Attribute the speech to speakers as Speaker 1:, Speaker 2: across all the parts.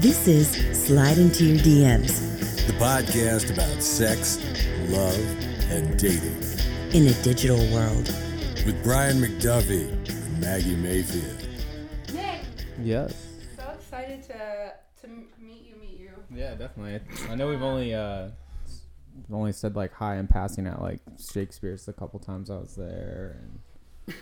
Speaker 1: This is Slide Into Your DMs
Speaker 2: the podcast about sex, love, and dating
Speaker 1: in a digital world.
Speaker 2: with Brian McDuffie and Maggie Mayfield.
Speaker 3: Nick,
Speaker 4: Yes.
Speaker 3: so excited to to m- meet you, meet you.
Speaker 4: Yeah, definitely. I, I know we've only uh, s- we've only said like hi in passing at like Shakespeare's a couple times I was there, and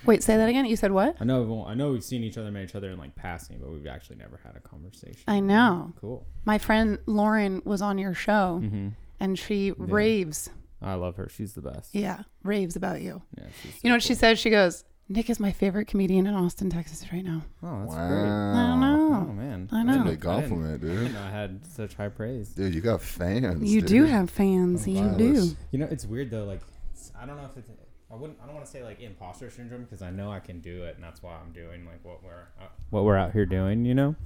Speaker 3: Wait, say that again. You said what?
Speaker 4: I know we've, I know we've seen each other, met each other in like passing, but we've actually never had a conversation.
Speaker 5: I know.
Speaker 4: Cool.
Speaker 5: My friend Lauren was on your show
Speaker 4: Mm-hmm.
Speaker 5: and she raves.
Speaker 4: I love her. She's the best.
Speaker 5: Yeah, raves about you.
Speaker 4: Yeah, she's
Speaker 5: You know what she says? She goes, Nick is my favorite comedian in Austin, Texas right now.
Speaker 4: Oh, that's
Speaker 6: Wow.
Speaker 5: I don't
Speaker 4: great. Oh
Speaker 5: know.
Speaker 4: man,
Speaker 5: I
Speaker 4: didn't-
Speaker 5: know.
Speaker 6: Big compliment,
Speaker 4: I didn't
Speaker 6: dude.
Speaker 4: know I had such high praise.
Speaker 6: Dude, you got fans.
Speaker 5: You
Speaker 6: dude.
Speaker 5: do have fans. you
Speaker 6: jealous.
Speaker 5: do.
Speaker 4: You know, it's weird though. Like, it's, I don't know if it's. I wouldn't. I don't want to say like imposter syndrome because I know I can do it, and that's why I'm doing like what we're uh, what we're out here doing. You know,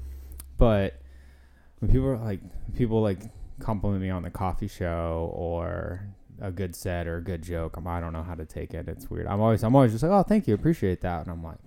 Speaker 4: but when people are like people like compliment me on the coffee show or a good set or a good joke, I'm, I don't know how to take it. It's weird. I'm always I'm always just like, oh, thank you, appreciate that, and I'm like,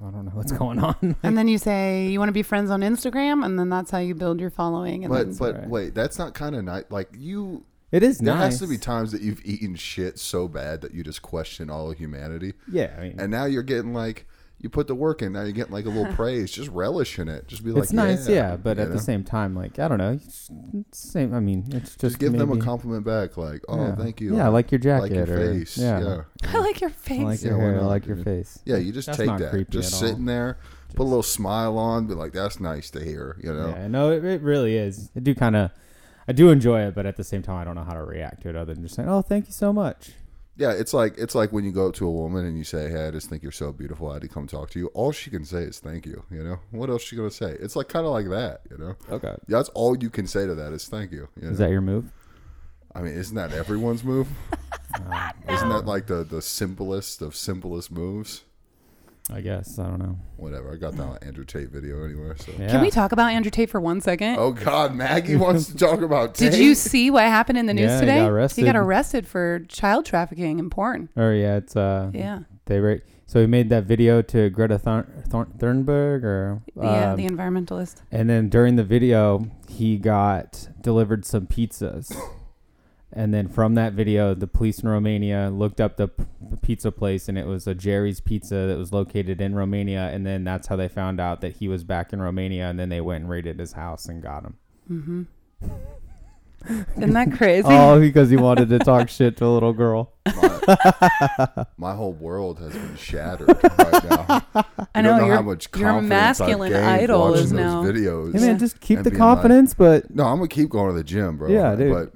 Speaker 4: I don't know what's going on.
Speaker 5: And then you say you want to be friends on Instagram, and then that's how you build your following. And
Speaker 6: But
Speaker 5: then-
Speaker 6: but
Speaker 4: right.
Speaker 6: wait, that's not kind of nice. Like you,
Speaker 4: it is
Speaker 6: there
Speaker 4: nice.
Speaker 6: has to be times that you've eaten shit so bad that you just question all of humanity,
Speaker 4: yeah, I mean,
Speaker 6: and now you're getting like you put the work in. Now you're getting like a little praise. Just relish in it. Just be like,
Speaker 4: it's nice, yeah, but
Speaker 6: you
Speaker 4: at
Speaker 6: know?
Speaker 4: the same time, like I don't know, it's- it's same. I mean, it's just,
Speaker 6: just give them a
Speaker 4: maybe-
Speaker 6: compliment back. Like, oh,
Speaker 4: Yeah.
Speaker 6: thank you.
Speaker 4: Yeah, I like your
Speaker 6: like your
Speaker 4: jacket or-
Speaker 6: face.
Speaker 4: yeah.
Speaker 6: yeah.
Speaker 5: I like your
Speaker 4: I like
Speaker 5: face.
Speaker 4: your
Speaker 6: Yeah, why
Speaker 4: hair. I
Speaker 6: not,
Speaker 4: like your
Speaker 6: dude?
Speaker 4: face.
Speaker 6: Yeah, you just
Speaker 4: That's
Speaker 6: take
Speaker 4: not
Speaker 6: that.
Speaker 4: creepy
Speaker 6: Just
Speaker 4: at
Speaker 6: sitting
Speaker 4: all.
Speaker 6: there, put a little smile on, be like, that's nice to hear, you know?
Speaker 4: Yeah, no, it, it really is. I do kind of, I do enjoy it, but at the same time, I don't know how to react to it other than just saying, "Oh, thank you so much."
Speaker 6: Yeah, it's like it's like when you go up to a woman and you say, Hey, I just think you're so beautiful, I had to come talk to you. All she can say is thank you, you know? What else she gonna say? It's like kinda like that, you know?
Speaker 4: Okay.
Speaker 6: That's all you can say to that is thank you. you know?
Speaker 4: Is that your move?
Speaker 6: I mean, isn't that everyone's move? Isn't that like the, the simplest of simplest moves?
Speaker 4: I guess I don't know.
Speaker 6: Whatever. I got that on Andrew Tate video anyway, so
Speaker 4: Yeah.
Speaker 5: Can we talk about Andrew Tate for one second?
Speaker 6: Oh God, Maggie wants to talk about Tate.
Speaker 5: Did you see what happened in the news
Speaker 4: Yeah, he
Speaker 5: today?
Speaker 4: got arrested.
Speaker 5: He got arrested for child trafficking and porn.
Speaker 4: Or yeah, it's uh,
Speaker 5: Yeah.
Speaker 4: They ra- so he made that video to Greta Thun- Thun- Thunberg, or
Speaker 5: yeah,
Speaker 4: um,
Speaker 5: the environmentalist.
Speaker 4: and then during the video, he got delivered some pizzas. And then from that video, the police in Romania looked up the, p- the pizza place, and it was a Jerry's Pizza that was located in Romania. And then that's how they found out that he was back in Romania. And then they went and raided his house and got him.
Speaker 5: Isn't that crazy?
Speaker 4: All Oh, because he wanted to talk shit to a little girl.
Speaker 6: My whole world has been shattered right now.
Speaker 5: I know,
Speaker 6: You don't know
Speaker 5: your-
Speaker 6: how much
Speaker 5: your
Speaker 6: confidence
Speaker 5: masculine
Speaker 6: I've gained
Speaker 5: idol
Speaker 6: watching
Speaker 5: is
Speaker 6: those
Speaker 5: now-
Speaker 6: videos.
Speaker 4: Hey man, just keep
Speaker 6: And
Speaker 4: the
Speaker 6: being like-
Speaker 4: confidence, but
Speaker 6: No, I'm gonna keep going to the gym, bro.
Speaker 4: Yeah, dude.
Speaker 6: But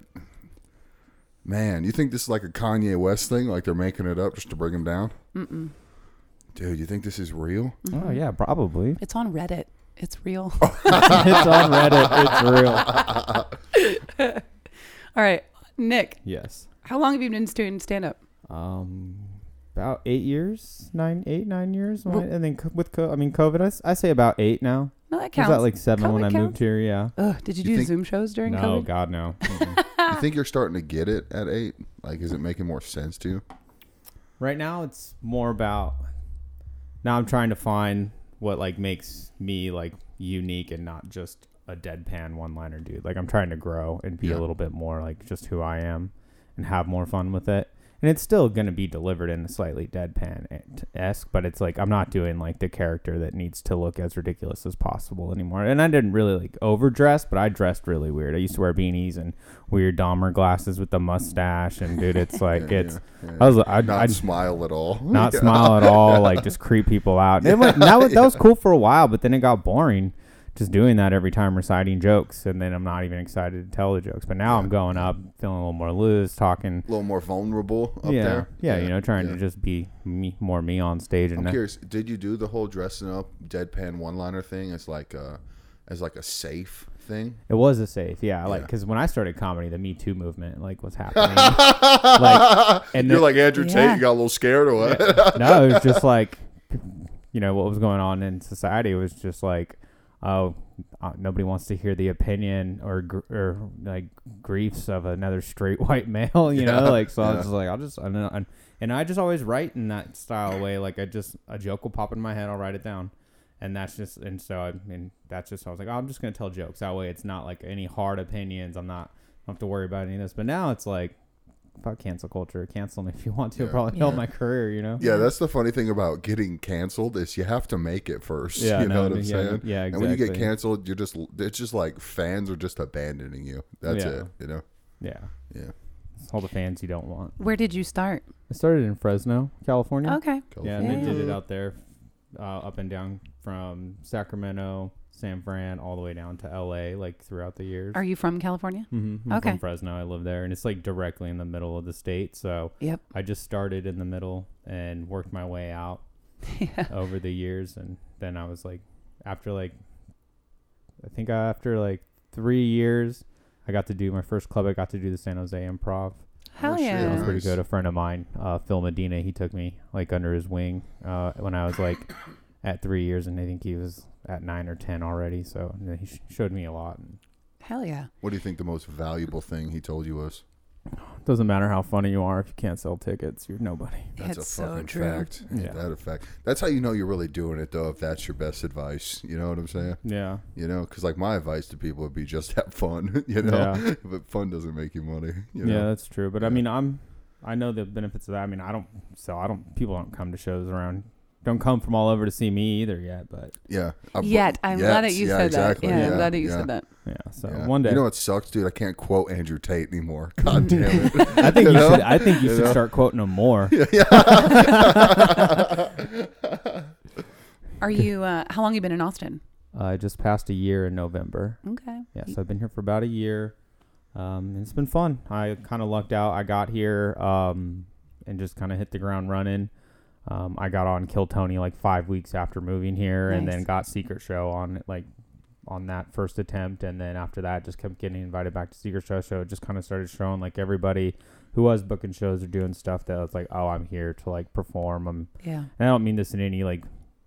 Speaker 6: man, you think this is like a Kanye West thing? Like they're making it up just to bring him down? Mm-mm. Dude, you think this is real?
Speaker 4: oh yeah, probably.
Speaker 5: It's on Reddit. It's real.
Speaker 4: it's on Reddit. It's real.
Speaker 5: All right, Nick,
Speaker 4: Yes.
Speaker 5: how long have you been doing stand up?
Speaker 4: um about eight years nine eight nine years when I- and then co- with co- i mean covid I, s- I say about eight now
Speaker 5: No, that
Speaker 4: was
Speaker 5: counts.
Speaker 4: that like seven when
Speaker 5: COVID
Speaker 4: i moved
Speaker 5: counts.
Speaker 4: here yeah
Speaker 5: Ugh, did you,
Speaker 6: You
Speaker 5: do
Speaker 6: think-
Speaker 5: Zoom shows during
Speaker 4: no
Speaker 5: COVID?
Speaker 4: god no
Speaker 6: You think you're starting to get it at eight? Like, is it making more sense to you?
Speaker 4: right now it's more about now i'm trying to find what like makes me like unique and not just a deadpan one liner dude like i'm trying to grow and be
Speaker 6: Yeah.
Speaker 4: a little bit more like just who i am and have more fun with it and it's still going to be delivered in a slightly deadpan-esque but it's like i'm not doing like the character that needs to look as ridiculous as possible anymore and i didn't really like overdress but i dressed really weird i used to wear beanies and weird dahmer glasses with the mustache and dude it's like it's i was I,
Speaker 6: Not
Speaker 4: I,
Speaker 6: smile at all.
Speaker 4: not
Speaker 6: Yeah.
Speaker 4: smile at all, like just creep people out. And it went- that, was, that was cool for a while, but then it got boring just doing that every time reciting jokes. And then I'm not even excited to tell the jokes. But now I'm going up, feeling a little more loose, talking.
Speaker 6: A little more vulnerable up
Speaker 4: yeah,
Speaker 6: there.
Speaker 4: yeah, you know, trying
Speaker 6: yeah.
Speaker 4: to just be me, more me on stage. And
Speaker 6: I'm
Speaker 4: that-
Speaker 6: curious. Did you do the whole dressing up deadpan one liner thing as like a as like a safe thing?
Speaker 4: it was a safe, yeah, like because when I started comedy, the Me Too movement like was happening. like, and
Speaker 6: You're
Speaker 4: the-
Speaker 6: like Andrew Tate.
Speaker 5: Yeah.
Speaker 6: You got a little scared or what? Yeah.
Speaker 4: no, it was just like, you know, what was going on in society was just like, oh, uh, nobody wants to hear the opinion or gr- or like griefs of another straight white male, you know, like so I was just like, I'll just I don't know, and I just always write in that style way, like I just a joke will pop in my head, I'll write it down, and that's just and so I mean that's just I was like oh, I'm just gonna tell jokes that way it's not like any hard opinions I'm not I don't have to worry about any of this but now it's like fuck cancel culture cancel me if you want to it probably help my career you know
Speaker 6: Yeah, that's the funny thing about getting canceled is you have to make it first.
Speaker 4: Yeah,
Speaker 6: you
Speaker 4: no,
Speaker 6: know
Speaker 4: I
Speaker 6: what I'm
Speaker 4: mean, yeah,
Speaker 6: saying?
Speaker 4: yeah,
Speaker 6: And when you get
Speaker 4: exactly.
Speaker 6: canceled, you're just it's just like fans are just abandoning you. That's
Speaker 4: Yeah.
Speaker 6: it. You know?
Speaker 4: yeah
Speaker 6: Yeah.
Speaker 4: it's all the fans you don't want
Speaker 5: Where did you start?
Speaker 4: I started in Fresno California
Speaker 5: Okay.
Speaker 4: Yeah, and they did it
Speaker 6: California.
Speaker 4: out there, uh, up and down from Sacramento, San Fran, all the way down to L.A. Like throughout the years.
Speaker 5: Are you from California?
Speaker 4: mm-hmm.
Speaker 5: okay.
Speaker 4: From Fresno, I live there, and it's like directly in the middle of the state. So
Speaker 5: Yep.
Speaker 4: I just started in the middle and worked my way out over the years, and then I was like, after like, I think after like three years, I got to do my first club. I got to do the San Jose Improv.
Speaker 5: Hell
Speaker 6: shit.
Speaker 5: yeah.
Speaker 4: That was pretty
Speaker 6: Nice.
Speaker 4: good. A friend of mine, uh, Phil Medina, he took me like under his wing uh, when I was like at three years, and I think he was at nine or ten already. So you know, he sh- showed me a lot. And
Speaker 5: Hell yeah.
Speaker 6: What do you think the most valuable thing he told you was?
Speaker 4: doesn't matter how funny you are if you can't sell tickets, you're nobody.
Speaker 6: That's
Speaker 5: It's
Speaker 6: a
Speaker 5: so
Speaker 6: fucking
Speaker 5: true.
Speaker 6: fact. Ain't
Speaker 4: Yeah.
Speaker 6: That a fact. That's how you know you're really doing it though, if that's your best advice. You know what I'm saying?
Speaker 4: Yeah,
Speaker 6: You know, because like my advice to people would be just have fun. You know,
Speaker 4: Yeah.
Speaker 6: but fun doesn't make you money. You
Speaker 4: yeah,
Speaker 6: know?
Speaker 4: that's true. But I mean, I'm I know the benefits of that. I mean, I don't sell. I don't. People don't come to shows around. Don't come from all over to see me either yet. But
Speaker 6: Yeah. I-
Speaker 5: Yet. I'm glad that
Speaker 6: yes,
Speaker 5: you
Speaker 6: yeah,
Speaker 5: said
Speaker 6: exactly,
Speaker 5: that. Yeah,
Speaker 6: yeah,
Speaker 5: I'm glad that you
Speaker 6: yeah.
Speaker 5: said that.
Speaker 4: yeah, so
Speaker 6: Yeah.
Speaker 4: one day.
Speaker 6: You know what sucks, dude? I can't quote Andrew Tate anymore. God damn it.
Speaker 4: I think you,
Speaker 6: know?
Speaker 4: should. I think you should start quoting him more.
Speaker 5: Are you, uh, how long you been in Austin?
Speaker 4: Uh, I just passed a year in November.
Speaker 5: Okay.
Speaker 4: Yeah, so I've been here for about a year. Um, and it's been fun. I kind of lucked out. I got here um, and just kind of hit the ground running. Um, I got on Kill Tony like five weeks after moving here, and then
Speaker 5: Nice.
Speaker 4: got Secret Show on like on that first attempt, and then after that, just kept getting invited back to Secret Show. So it just kind of started showing like everybody who was booking shows or doing stuff that was like, oh, I'm here to like perform. I'm
Speaker 5: Yeah.
Speaker 4: and I don't mean this in any like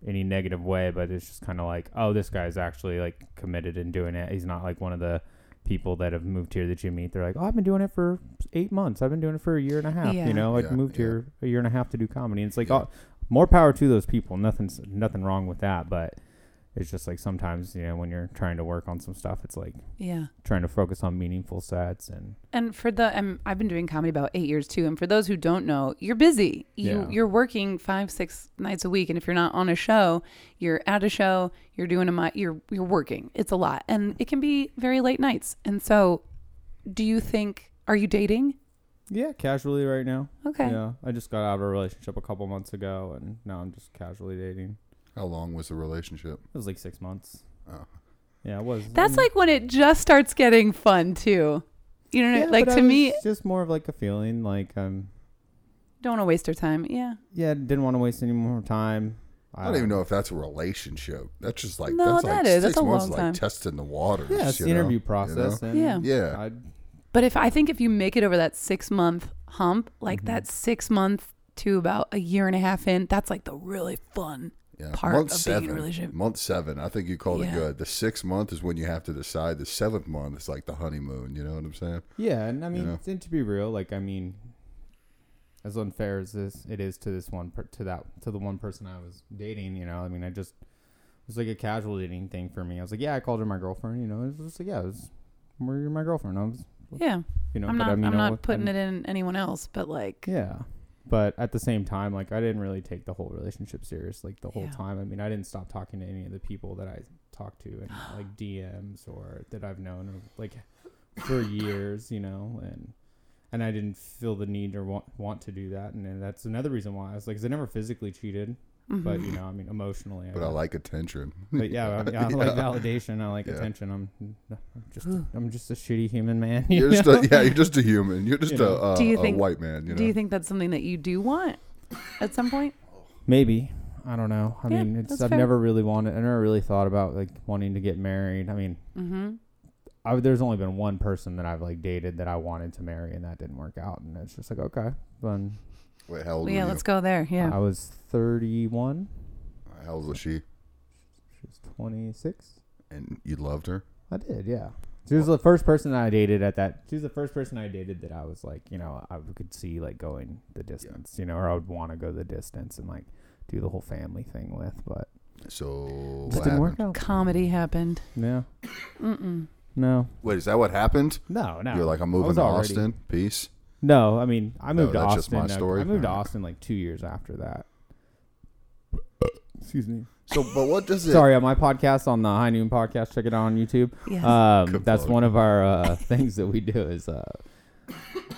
Speaker 4: any negative way, but it's just kind of like, oh, this guy's actually like committed and doing it. He's not like one of the people that have moved here that you meet. They're like, oh, I've been doing it for eight months. I've been doing it for a year and a half.
Speaker 5: Yeah.
Speaker 4: You know, like
Speaker 6: Yeah,
Speaker 4: moved
Speaker 6: yeah.
Speaker 4: here a year and a half to do comedy. And it's like, oh, more power to those people. Nothing's nothing wrong with that, but it's just like sometimes you know when you're trying to work on some stuff, it's like
Speaker 5: Yeah.
Speaker 4: trying to focus on meaningful sets and
Speaker 5: And for the, um, I've been doing comedy about eight years too. And for those who don't know, you're busy. You
Speaker 4: Yeah.
Speaker 5: you're working five, six nights a week, and if you're not on a show, you're at a show, you're doing a mi- you're you're working. It's a lot, and it can be very late nights. And so, do you think are you dating?
Speaker 4: yeah, casually right now.
Speaker 5: Okay.
Speaker 4: Yeah, I just got out of a relationship a couple months ago, and now I'm just casually dating.
Speaker 6: How long was the relationship?
Speaker 4: It was like six months.
Speaker 6: Oh.
Speaker 4: Yeah, it was.
Speaker 5: That's like when it just starts getting fun too. You know,
Speaker 4: Yeah,
Speaker 5: like
Speaker 4: but
Speaker 5: to
Speaker 4: I
Speaker 5: me,
Speaker 4: was just more of like a feeling. Like um,
Speaker 5: don't want to waste her time. Yeah.
Speaker 4: yeah, didn't want to waste any more time.
Speaker 6: I
Speaker 4: Uh,
Speaker 6: don't even know if that's a relationship. That's just like
Speaker 5: No,
Speaker 6: that's like
Speaker 5: that is.
Speaker 6: six
Speaker 5: That's a
Speaker 6: months
Speaker 5: long
Speaker 6: like
Speaker 5: time.
Speaker 6: testing the waters.
Speaker 4: Uh, Yeah, it's
Speaker 6: you
Speaker 4: the interview
Speaker 6: know?
Speaker 4: process. and
Speaker 5: Yeah.
Speaker 6: Yeah.
Speaker 4: I'd-
Speaker 5: But if I think if you make it over that six month hump, like
Speaker 4: Mm-hmm.
Speaker 5: that six month to about a year and a half in, that's like the really fun
Speaker 6: You know? Yeah.
Speaker 5: part
Speaker 6: month
Speaker 5: of
Speaker 6: seven.
Speaker 5: being in a relationship.
Speaker 6: Month seven. I think you called it
Speaker 5: Yeah.
Speaker 6: good. The sixth month is when you have to decide. The seventh month is like the honeymoon. You know what I'm saying?
Speaker 4: yeah, and I mean,
Speaker 6: know?
Speaker 4: and to be real, like I mean, as unfair as this it is to this one per- to that to the one person I was dating, you know, I mean, I just it was like a casual dating thing for me. I was like, yeah, I called her my girlfriend. You know, it was just like, yeah, it was, well, you're my girlfriend. I was,
Speaker 5: Yeah.
Speaker 4: you know,
Speaker 5: I'm
Speaker 4: but
Speaker 5: not
Speaker 4: I mean,
Speaker 5: I'm
Speaker 4: I
Speaker 5: not
Speaker 4: wa-
Speaker 5: putting
Speaker 4: I'm-
Speaker 5: it in anyone else, but like
Speaker 4: Yeah. But at the same time, like I didn't really take the whole relationship serious, like the whole
Speaker 5: Yeah.
Speaker 4: time. I mean, I didn't stop talking to any of the people that I talked to in like DMs or that I've known or, like for years, you know, and and I didn't feel the need or want, want to do that, and, then that's another reason why I was like, 'cause I never physically cheated, but you know, I mean, emotionally,
Speaker 6: But I like attention.
Speaker 4: but yeah, I, mean, I like validation, I like
Speaker 6: Yeah.
Speaker 4: attention. I'm, I'm just, I'm just a shitty human man. you
Speaker 6: You're just
Speaker 4: know?
Speaker 6: a, yeah. You're just a human. You're just
Speaker 4: You know.
Speaker 6: a, uh,
Speaker 5: Do you
Speaker 6: a
Speaker 5: think-
Speaker 6: white man. You know.
Speaker 5: do you think that's something that you do want at some point?
Speaker 4: Maybe. I don't know. I
Speaker 5: Yeah,
Speaker 4: mean, it's
Speaker 5: that's
Speaker 4: I've
Speaker 5: fair.
Speaker 4: never really wanted. I never really thought about like wanting to get married. I mean,
Speaker 5: Mm-hmm.
Speaker 4: I, there's only been one person that I've like dated that I wanted to marry, and that didn't work out. And it's just like okay, then
Speaker 6: Wait, how old
Speaker 5: yeah,
Speaker 6: were
Speaker 5: let's go there. Yeah.
Speaker 4: I was 31.
Speaker 6: you? How old was she?
Speaker 4: She was 26.
Speaker 6: And you loved her?
Speaker 4: I did, yeah. She was the first person I dated at that. She was the first person I dated that I was like, you know, I could see like going the distance, you know, or I would want to go the distance and like do the whole family thing with. But
Speaker 6: So what
Speaker 4: Just didn't work
Speaker 6: happened?
Speaker 4: out.
Speaker 5: Comedy happened.
Speaker 4: Yeah. Mm-mm. No.
Speaker 6: Wait, is that what happened?
Speaker 4: No. No.
Speaker 6: You're like, I'm
Speaker 4: I was
Speaker 6: moving to
Speaker 4: already-
Speaker 6: Austin. Peace.
Speaker 4: No, I mean, I
Speaker 6: No,
Speaker 4: moved to
Speaker 6: that's
Speaker 4: Austin.
Speaker 6: just my
Speaker 4: uh,
Speaker 6: story.
Speaker 4: I moved to
Speaker 6: Alright.
Speaker 4: Austin like two years after that. Excuse me.
Speaker 6: So, but what does it?
Speaker 4: Sorry, on my podcast, on the High Noon podcast, check it out on YouTube.
Speaker 5: Yes.
Speaker 4: Um,
Speaker 6: Good
Speaker 4: that's
Speaker 6: plug.
Speaker 4: one of our uh, things that we do is uh,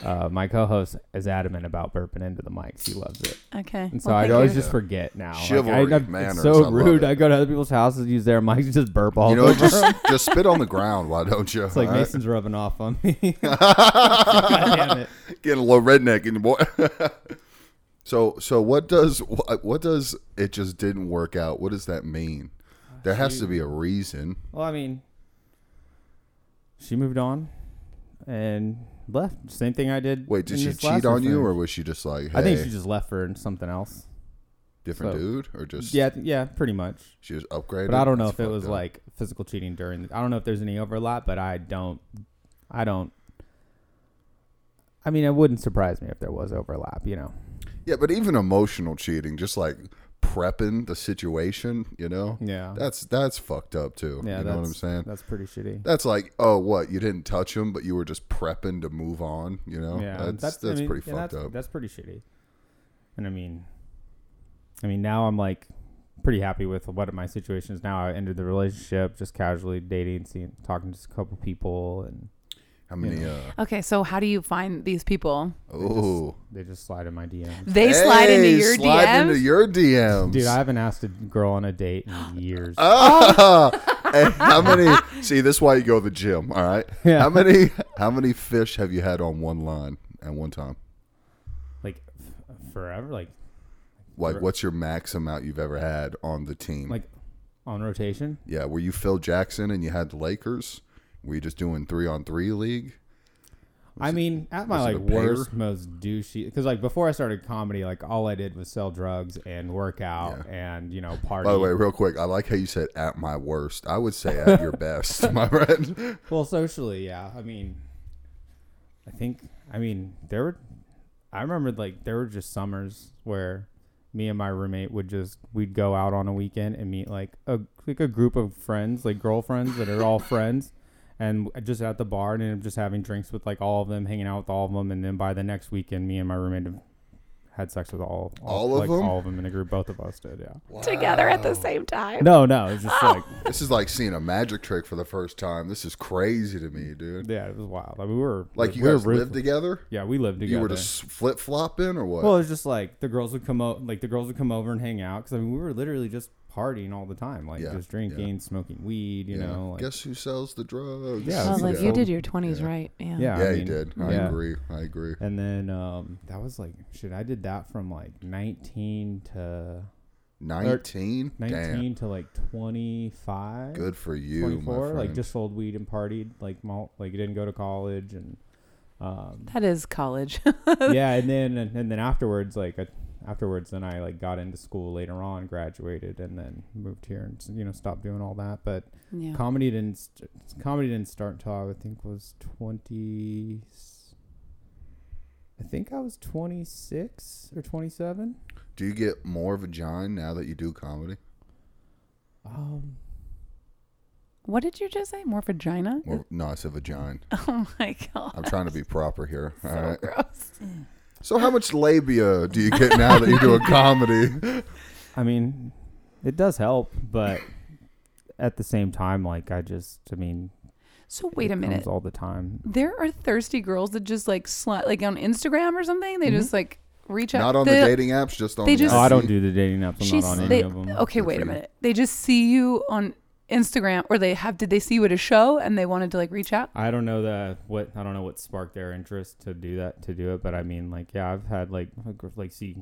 Speaker 4: uh, my co-host is adamant about burping into the mics. He loves it.
Speaker 5: Okay.
Speaker 4: And so
Speaker 5: Well,
Speaker 4: I
Speaker 5: thank you.
Speaker 4: always just forget now.
Speaker 6: Chivalry,
Speaker 4: I, it's
Speaker 6: manners, I
Speaker 4: so
Speaker 6: love
Speaker 4: rude.
Speaker 6: it.
Speaker 4: I go to other people's houses, use their mics, and just burp all
Speaker 6: You
Speaker 4: over.
Speaker 6: know, just just spit on the ground. Why don't you?
Speaker 4: it's like
Speaker 6: All right?
Speaker 4: Mason's rubbing off on me. God damn it.
Speaker 6: Getting a little redneck in the boy. so, so what does what, what does it just didn't work out? What does that mean? There has to be a reason.
Speaker 4: Well, I mean, she moved on and left. Same thing I did.
Speaker 6: Wait, did
Speaker 4: in
Speaker 6: she
Speaker 4: this last
Speaker 6: cheat on you,
Speaker 4: affair.
Speaker 6: or was she just like, hey,
Speaker 4: I think she just left for something else.
Speaker 6: different
Speaker 4: so-
Speaker 6: dude, or just
Speaker 4: Yeah, th- yeah, pretty much.
Speaker 6: she was upgraded?
Speaker 4: But I don't know
Speaker 6: That's
Speaker 4: if it
Speaker 6: fucked
Speaker 4: was
Speaker 6: up.
Speaker 4: like physical cheating during. The, I don't know if there's any overlap, but I don't. I don't. I mean, it wouldn't surprise me if there was overlap. You know.
Speaker 6: yeah, but even emotional cheating, just like prepping the situation, you know,
Speaker 4: Yeah.
Speaker 6: that's that's fucked up too.
Speaker 4: yeah.
Speaker 6: you know what I'm
Speaker 4: that's-
Speaker 6: saying?
Speaker 4: That's pretty shitty.
Speaker 6: That's like, oh, what? You didn't touch him, but you were just prepping to move on. You know,
Speaker 4: yeah.
Speaker 6: Oh, that's that's,
Speaker 4: I mean,
Speaker 6: pretty
Speaker 4: yeah,
Speaker 6: fucked
Speaker 4: that's,
Speaker 6: up.
Speaker 4: That's pretty shitty. And I mean, I mean, now I'm like pretty happy with what my situation is now. I ended the relationship just casually dating, seeing, talking to just a couple people, and
Speaker 6: How many? Uh,
Speaker 5: Okay, so how do you find these people?
Speaker 6: oh,
Speaker 4: they just slide in my DMs.
Speaker 5: They slide into
Speaker 6: Hey,
Speaker 5: your
Speaker 6: slide
Speaker 5: DMs.
Speaker 6: into your DMs,
Speaker 4: Dude, I haven't asked a girl on a date in years.
Speaker 6: Ah! Hey, how many? see, this is why you go to the gym. All right.
Speaker 4: Yeah.
Speaker 6: How many? How many fish have you had on one line at one time?
Speaker 4: like f- forever, like
Speaker 6: Like, what's your max amount you've ever had on the team?
Speaker 4: like on rotation.
Speaker 6: yeah, were you Phil Jackson and you had the Lakers? Were you just doing three on three league?
Speaker 4: I mean, at my
Speaker 6: was it
Speaker 4: like
Speaker 6: a pair?
Speaker 4: worst, most douchey. Because like before I started comedy, like all I did was sell drugs and work out and you know party.
Speaker 6: By the way, real quick, I like how you said at my worst. I would say at your best, my friend.
Speaker 4: Well, socially, yeah. I mean, I think, I mean, there were, I remember like there were just summers where me and my roommate would just, we'd go out on a weekend and meet like a, like a group of friends, like girlfriends that are all friends. And just at the bar, and ended up just having drinks with like all of them, hanging out with all of them, and then by the next weekend, me and my roommate have had sex with all,
Speaker 6: All of
Speaker 4: like,
Speaker 6: them?
Speaker 4: all of them in a group. Both of us did, yeah.
Speaker 5: together at the same time. Oh.
Speaker 4: No, no, it's just like
Speaker 6: This is like seeing a magic trick for the first time. This is crazy to me, dude.
Speaker 4: yeah, it was wild. Like we were
Speaker 6: Like you
Speaker 4: we were
Speaker 6: guys lived
Speaker 4: ruthless.
Speaker 6: together?
Speaker 4: Yeah, we lived together.
Speaker 6: You were uh, just flip flopping or what?
Speaker 4: Well, it's just like the girls would come over, like the girls would come over and hang out because I mean we were literally just partying all the time, like
Speaker 6: Yeah,
Speaker 4: just drinking, smoking weed, you
Speaker 6: Yeah.
Speaker 4: know. Like,
Speaker 6: Guess who sells the drugs?
Speaker 4: Yeah,
Speaker 5: I was like,
Speaker 4: Yeah.
Speaker 5: you did your 20s right. Yeah.
Speaker 4: yeah,
Speaker 6: Yeah,
Speaker 4: I
Speaker 6: he
Speaker 4: mean,
Speaker 6: did. I agree. I agree.
Speaker 4: And then um, that was like shit. I did that from like nineteen to
Speaker 6: 19?
Speaker 4: nineteen to like twenty five.
Speaker 6: Damn. Good for you,
Speaker 4: Twenty
Speaker 6: my
Speaker 4: four.
Speaker 6: friend.
Speaker 4: Like just sold weed and partied. Like malt. Like didn't go to college and um,
Speaker 5: That is college.
Speaker 4: yeah. And then and then afterwards, like I, afterwards, then I like got into school later on, graduated, and then moved here and you know stopped doing all that, but.
Speaker 5: yeah.
Speaker 4: Comedy didn't st- comedy didn't start until I would think was twenty. I think I was twenty six or twenty seven.
Speaker 6: do you get more vagina now that you do comedy?
Speaker 4: Um,
Speaker 5: What did you just say? More vagina?
Speaker 6: More, no, I said vagina.
Speaker 5: Oh my god.
Speaker 6: I'm trying to be proper here. All right.
Speaker 5: Gross.
Speaker 6: So, how much labia do you get now that you do a comedy?
Speaker 4: I mean, it does help, but at the same time, like I just, I mean,
Speaker 5: So wait
Speaker 4: it
Speaker 5: a minute.
Speaker 4: comes all the time.
Speaker 5: There are thirsty girls that just like slide like on Instagram or something. They just like reach out.
Speaker 6: Not on the,
Speaker 5: They-
Speaker 6: dating apps, just on
Speaker 5: they
Speaker 6: the
Speaker 5: just-
Speaker 4: Oh, I don't
Speaker 6: IG.
Speaker 4: do the dating apps. I'm
Speaker 5: She's
Speaker 4: not on any
Speaker 5: they,
Speaker 4: of them.
Speaker 5: okay. Wait a
Speaker 6: you.
Speaker 5: minute. They just see you on Instagram, or they have did they see you at a show and they wanted to like reach out?
Speaker 4: I don't know the what I don't know what sparked their interest to do that to do it, but I mean, like, yeah, I've had like gr- like see,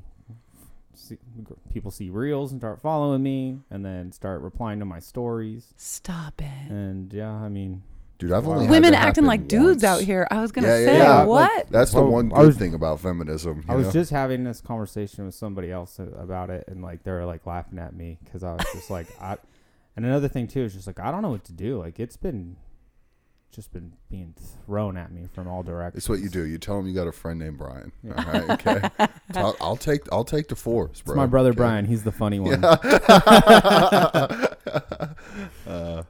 Speaker 4: see gr- people see reels and start following me, and then start replying to my stories,
Speaker 5: Stop it.
Speaker 4: and yeah, I mean,
Speaker 6: Dude, I've only had
Speaker 5: Women
Speaker 6: that
Speaker 5: acting
Speaker 6: happen
Speaker 5: like dudes
Speaker 6: once.
Speaker 5: out here. I was gonna
Speaker 6: Yeah, yeah,
Speaker 5: say
Speaker 6: yeah.
Speaker 5: what?
Speaker 6: That's the
Speaker 4: Well,
Speaker 6: one
Speaker 4: I
Speaker 6: good
Speaker 4: was-
Speaker 6: thing about feminism.
Speaker 4: I
Speaker 6: you
Speaker 4: was
Speaker 6: know?
Speaker 4: just having this conversation with somebody else about it, and like they were like laughing at me because I was just like, I, and another thing too is just like I don't know what to do. Like it's been just been being thrown at me from all directions.
Speaker 6: It's what you do. You tell them you got a friend named Brian. All right, okay. So I'll, I'll take I'll take the fours, bro.
Speaker 4: It's my brother
Speaker 6: okay?
Speaker 4: Brian. He's the funny one.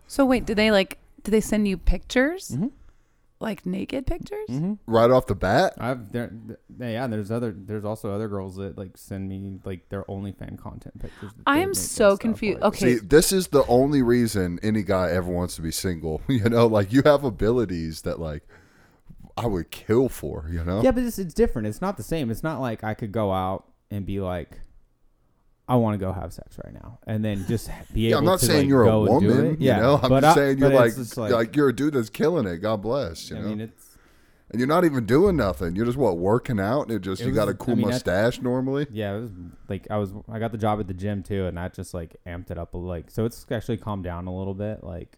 Speaker 5: So wait, did they like? Did they send you pictures?
Speaker 6: Mm-hmm.
Speaker 5: Like naked pictures?
Speaker 6: Right off the bat,
Speaker 4: I've there, th- yeah. There's other. There's also other girls that like send me like their OnlyFan content pictures. that
Speaker 5: I am
Speaker 4: they've made and
Speaker 5: so
Speaker 4: stuff,
Speaker 5: confused.
Speaker 4: like-
Speaker 5: okay,
Speaker 6: See, this is the only reason any guy ever wants to be single. You know, like you have abilities that like I would kill for. You know,
Speaker 4: Yeah, but it's, it's different. It's not the same. It's not like I could go out and be like, I want to go have sex right now, and then just be
Speaker 6: Yeah,
Speaker 4: able.
Speaker 6: I'm not
Speaker 4: to,
Speaker 6: saying
Speaker 4: like,
Speaker 6: you're a
Speaker 4: go and do
Speaker 6: woman.
Speaker 4: it. Yeah,
Speaker 6: you know, I'm
Speaker 4: but
Speaker 6: just
Speaker 4: I-
Speaker 6: saying
Speaker 4: but
Speaker 6: you're like,
Speaker 4: it's just
Speaker 6: like you're a dude that's killing it. God bless. You
Speaker 4: I
Speaker 6: know,
Speaker 4: mean, it's
Speaker 6: and you're not even doing nothing. You're just what working out, and it just
Speaker 4: It
Speaker 6: you got a
Speaker 4: was- I
Speaker 6: cool
Speaker 4: mean, that's-
Speaker 6: mustache normally.
Speaker 4: yeah. It was like I was. I got the job at the gym too, and that just like amped it up a like. So it's actually calmed down a little bit. Like.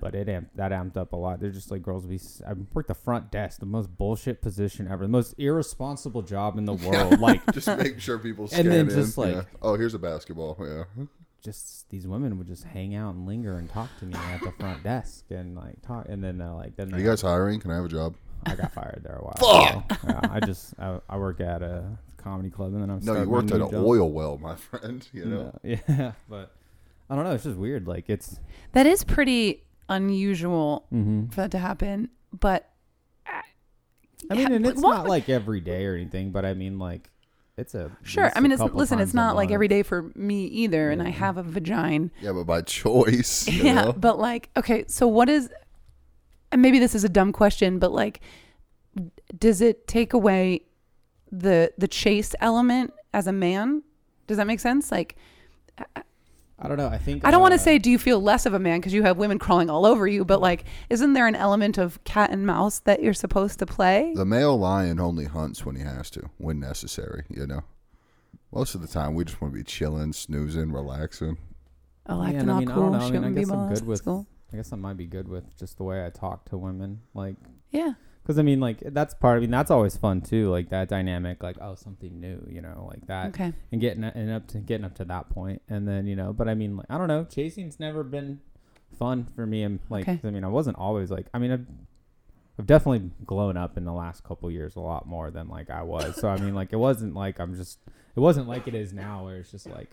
Speaker 4: But it amped, that amped up a lot. They're just like girls. We s- I worked the front desk, the most bullshit position ever, the most irresponsible job in the world. Like
Speaker 6: Just make sure people scan
Speaker 4: And then
Speaker 6: in.
Speaker 4: just,
Speaker 6: yeah.
Speaker 4: like-
Speaker 6: oh, here's a basketball. Yeah,
Speaker 4: just these women would just hang out and linger and talk to me at the front desk and like talk and then they're like then
Speaker 6: are you
Speaker 4: they're-
Speaker 6: guys hiring? Can I have a job?
Speaker 4: I got fired there a while. Fuck. I just I, I work at a comedy club and then I'm
Speaker 6: No, you
Speaker 4: starting
Speaker 6: worked
Speaker 4: my
Speaker 6: at
Speaker 4: new
Speaker 6: an
Speaker 4: job.
Speaker 6: oil well, my friend. You know,
Speaker 4: Yeah, but I don't know. It's just weird. Like it's
Speaker 5: that is pretty unusual
Speaker 6: Mm-hmm.
Speaker 5: for that to happen. But
Speaker 4: I mean, and
Speaker 5: but
Speaker 4: it's
Speaker 5: what-
Speaker 4: not like every day or anything, but I mean like it's a
Speaker 5: sure, I mean, it's listen, it's not like every day for me either, and I
Speaker 6: Mm-hmm.
Speaker 5: have a vagina.
Speaker 6: yeah, but by choice. You
Speaker 5: yeah,
Speaker 6: know?
Speaker 5: but like, okay, so what is? And maybe this is a dumb question, but like, does it take away the the chase element as a man? Does that make sense? Like,
Speaker 4: I don't know. I think
Speaker 5: I don't want
Speaker 4: uh,
Speaker 5: to say do you feel less of a man because you have women crawling all over you, but like, isn't there an element of cat and mouse that you're supposed to play?
Speaker 6: The male lion only hunts when he has to, when necessary, you know. Most of the time, we just want to be chilling, snoozing, relaxing.
Speaker 5: Oh,
Speaker 4: yeah,
Speaker 5: acting
Speaker 4: and I
Speaker 5: all
Speaker 4: mean, I
Speaker 5: cool,
Speaker 4: don't know. I mean, I
Speaker 5: shooting
Speaker 4: guess
Speaker 5: people.
Speaker 4: I'm
Speaker 5: off
Speaker 4: good
Speaker 5: at
Speaker 4: with.
Speaker 5: school.
Speaker 4: I guess I might be good with just the way I talk to women. Like
Speaker 5: Yeah,
Speaker 4: Because I mean, like that's part. I mean, that's always fun too. Like that dynamic, like oh, something new, you know, like that.
Speaker 5: Okay.
Speaker 4: And getting and up to getting up to that point, and then you know, but I mean, like I don't know, chasing's never been fun for me. And like,
Speaker 5: Okay.
Speaker 4: I mean, I wasn't always like. I mean, I've, I've definitely grown up in the last couple years a lot more than like I was. so I mean, like it wasn't like I'm just. It wasn't like it is now, where it's just like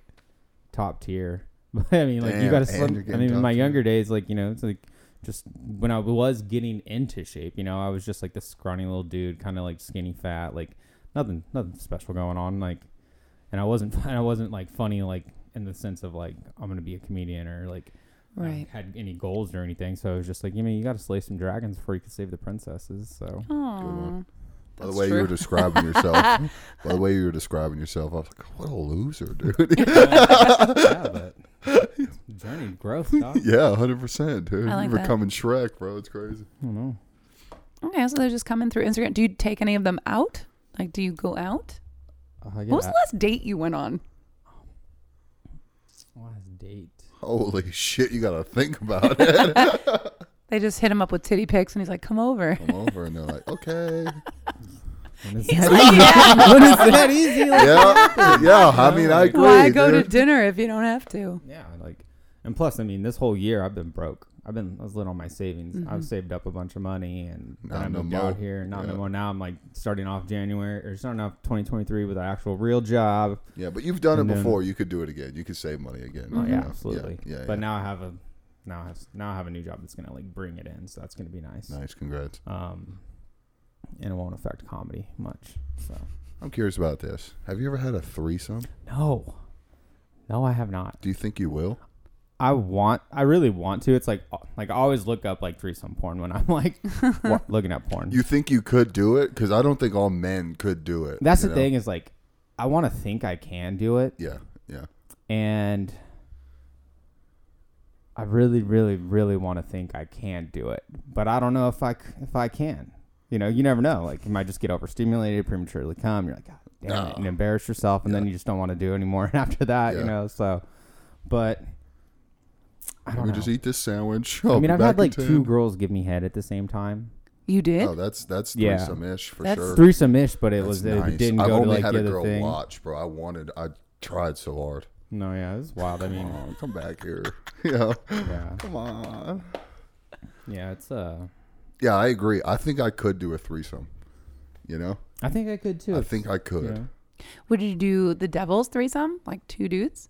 Speaker 4: top tier. But I mean, like you
Speaker 6: Damn,
Speaker 4: got to.
Speaker 6: and
Speaker 4: Slim,
Speaker 6: you're
Speaker 4: I
Speaker 6: getting
Speaker 4: mean, in
Speaker 6: top
Speaker 4: my
Speaker 6: tier.
Speaker 4: younger days, like you know, it's like just when I was getting into shape, you know, I was just like this scrawny little dude, kind of like skinny fat, like nothing, nothing special going on, like, and I wasn't, and I wasn't like funny, like in the sense of like I'm gonna be a comedian or like I
Speaker 5: Right.
Speaker 4: had any goals or anything. So it was just like, you mean, you got to slay some dragons before you can save the princesses. So
Speaker 5: Aw.
Speaker 6: By the
Speaker 5: That's
Speaker 6: way you
Speaker 5: true.
Speaker 6: were describing yourself, by the way you were describing yourself, I was like, what a loser, dude.
Speaker 4: yeah, but it's a journey of growth, dog. Uh,
Speaker 6: yeah, 100%, dude.
Speaker 5: I like
Speaker 6: you were
Speaker 5: that.
Speaker 6: coming Shrek, bro. It's crazy.
Speaker 5: Okay, so they're just coming through Instagram. Do you take any of them out? Like, do you go out?
Speaker 4: Uh, yeah,
Speaker 5: What was the last date you went on?
Speaker 4: last date?
Speaker 6: Holy shit, you got to think about it.
Speaker 5: They just hit him up with titty pics, and he's like, "Come over."
Speaker 6: Come over, and they're like, okay.
Speaker 4: When is that easy? When is that easy? Like,
Speaker 6: Yeah, yeah, I mean, I agree.
Speaker 5: Why go to
Speaker 6: dude.
Speaker 5: dinner if you don't have to?
Speaker 4: Yeah, like, and plus, I mean, this whole year I've been broke. I've been I was lit on my savings. I've saved up a bunch of money, and then
Speaker 6: Not
Speaker 4: I
Speaker 6: no
Speaker 4: moved
Speaker 6: mo.
Speaker 4: out here. Not
Speaker 6: Yeah.
Speaker 4: no more. Now I'm like starting off January or starting off 2023 with an actual real job.
Speaker 6: Yeah, but you've done it
Speaker 4: And then-
Speaker 6: before. You could do it again. You could save money again.
Speaker 4: Oh,
Speaker 6: you
Speaker 4: yeah,
Speaker 6: know?
Speaker 4: absolutely.
Speaker 6: Mm-hmm. Yeah, yeah,
Speaker 4: but
Speaker 6: yeah.
Speaker 4: now I have a now I have now I have a new job that's gonna like bring it in. So that's gonna be nice.
Speaker 6: Nice, congrats.
Speaker 4: Um, and it won't affect comedy much. So
Speaker 6: I'm curious about this. Have you ever had a threesome?
Speaker 4: no, no, I have not.
Speaker 6: Do you think you will?
Speaker 4: I want, I really want to. It's like, uh, like I always look up like threesome porn when I'm like wa- looking at porn.
Speaker 6: You think you could do it? Because I don't think all men could do it.
Speaker 4: That's
Speaker 6: you
Speaker 4: the
Speaker 6: know?
Speaker 4: thing is like, I want to think I can do it,
Speaker 6: Yeah, yeah.
Speaker 4: and I really, really, really want to think I can do it, but I don't know if I c- if I can. You know, you never know. Like, you might just get overstimulated, prematurely come. You're like, God damn it, and embarrass yourself, and then you just don't want to do it anymore. And after that,
Speaker 6: Yeah.
Speaker 4: you know, so, but I
Speaker 6: Let
Speaker 4: don't
Speaker 6: me
Speaker 4: know.
Speaker 6: just eat this sandwich.
Speaker 4: I
Speaker 6: I'll
Speaker 4: mean,
Speaker 6: be
Speaker 4: I've
Speaker 6: back
Speaker 4: had
Speaker 6: in
Speaker 4: like two
Speaker 6: 10.
Speaker 4: girls give me head at the same time.
Speaker 5: You did?
Speaker 6: Oh, that's that's
Speaker 4: Yeah.
Speaker 6: threesome ish for
Speaker 5: That's
Speaker 6: sure.
Speaker 4: threesome ish, but it
Speaker 6: That's
Speaker 4: was
Speaker 6: nice.
Speaker 4: it didn't
Speaker 6: I've
Speaker 4: go
Speaker 6: only
Speaker 4: to like
Speaker 6: had
Speaker 4: the
Speaker 6: a
Speaker 4: other
Speaker 6: girl
Speaker 4: thing.
Speaker 6: watch, bro. I wanted. I tried so hard.
Speaker 4: No, yeah, it was wild. I mean,
Speaker 6: Oh, come back here. yeah.
Speaker 4: yeah,
Speaker 6: Come on.
Speaker 4: yeah, it's uh,
Speaker 6: Yeah, I agree. I think I could do a threesome. You know,
Speaker 4: I think I could too.
Speaker 6: I
Speaker 4: if-
Speaker 6: think I could.
Speaker 4: you know.
Speaker 5: Would you do the devil's threesome, like two dudes?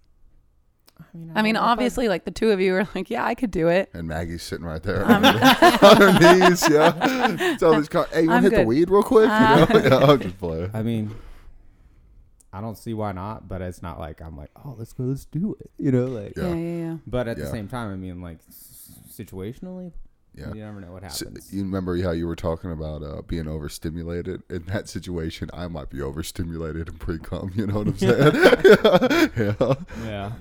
Speaker 4: I mean,
Speaker 5: I mean,
Speaker 4: don't know if
Speaker 5: obviously, like the two of you are like, yeah, I could do it.
Speaker 6: And Maggie's sitting right there on her- on her knees. Yeah. So this car, hey, you want
Speaker 5: I'm
Speaker 6: to hit the
Speaker 5: good. Uh,
Speaker 6: weed real quick? You know? yeah, I'll just play.
Speaker 4: I mean, I don't see why not, but it's not like I'm like, oh, let's go, let's do it, you know, like.
Speaker 6: Yeah.
Speaker 5: Yeah, yeah, yeah.
Speaker 4: But at
Speaker 6: Yeah.
Speaker 4: the same time, I mean, like s- situationally,
Speaker 6: Yeah.
Speaker 4: you never know what
Speaker 6: So,
Speaker 4: happens.
Speaker 6: you remember how you were talking about uh, being overstimulated? In that situation, I might be overstimulated and pre cum. You know what I'm saying? yeah.
Speaker 4: yeah,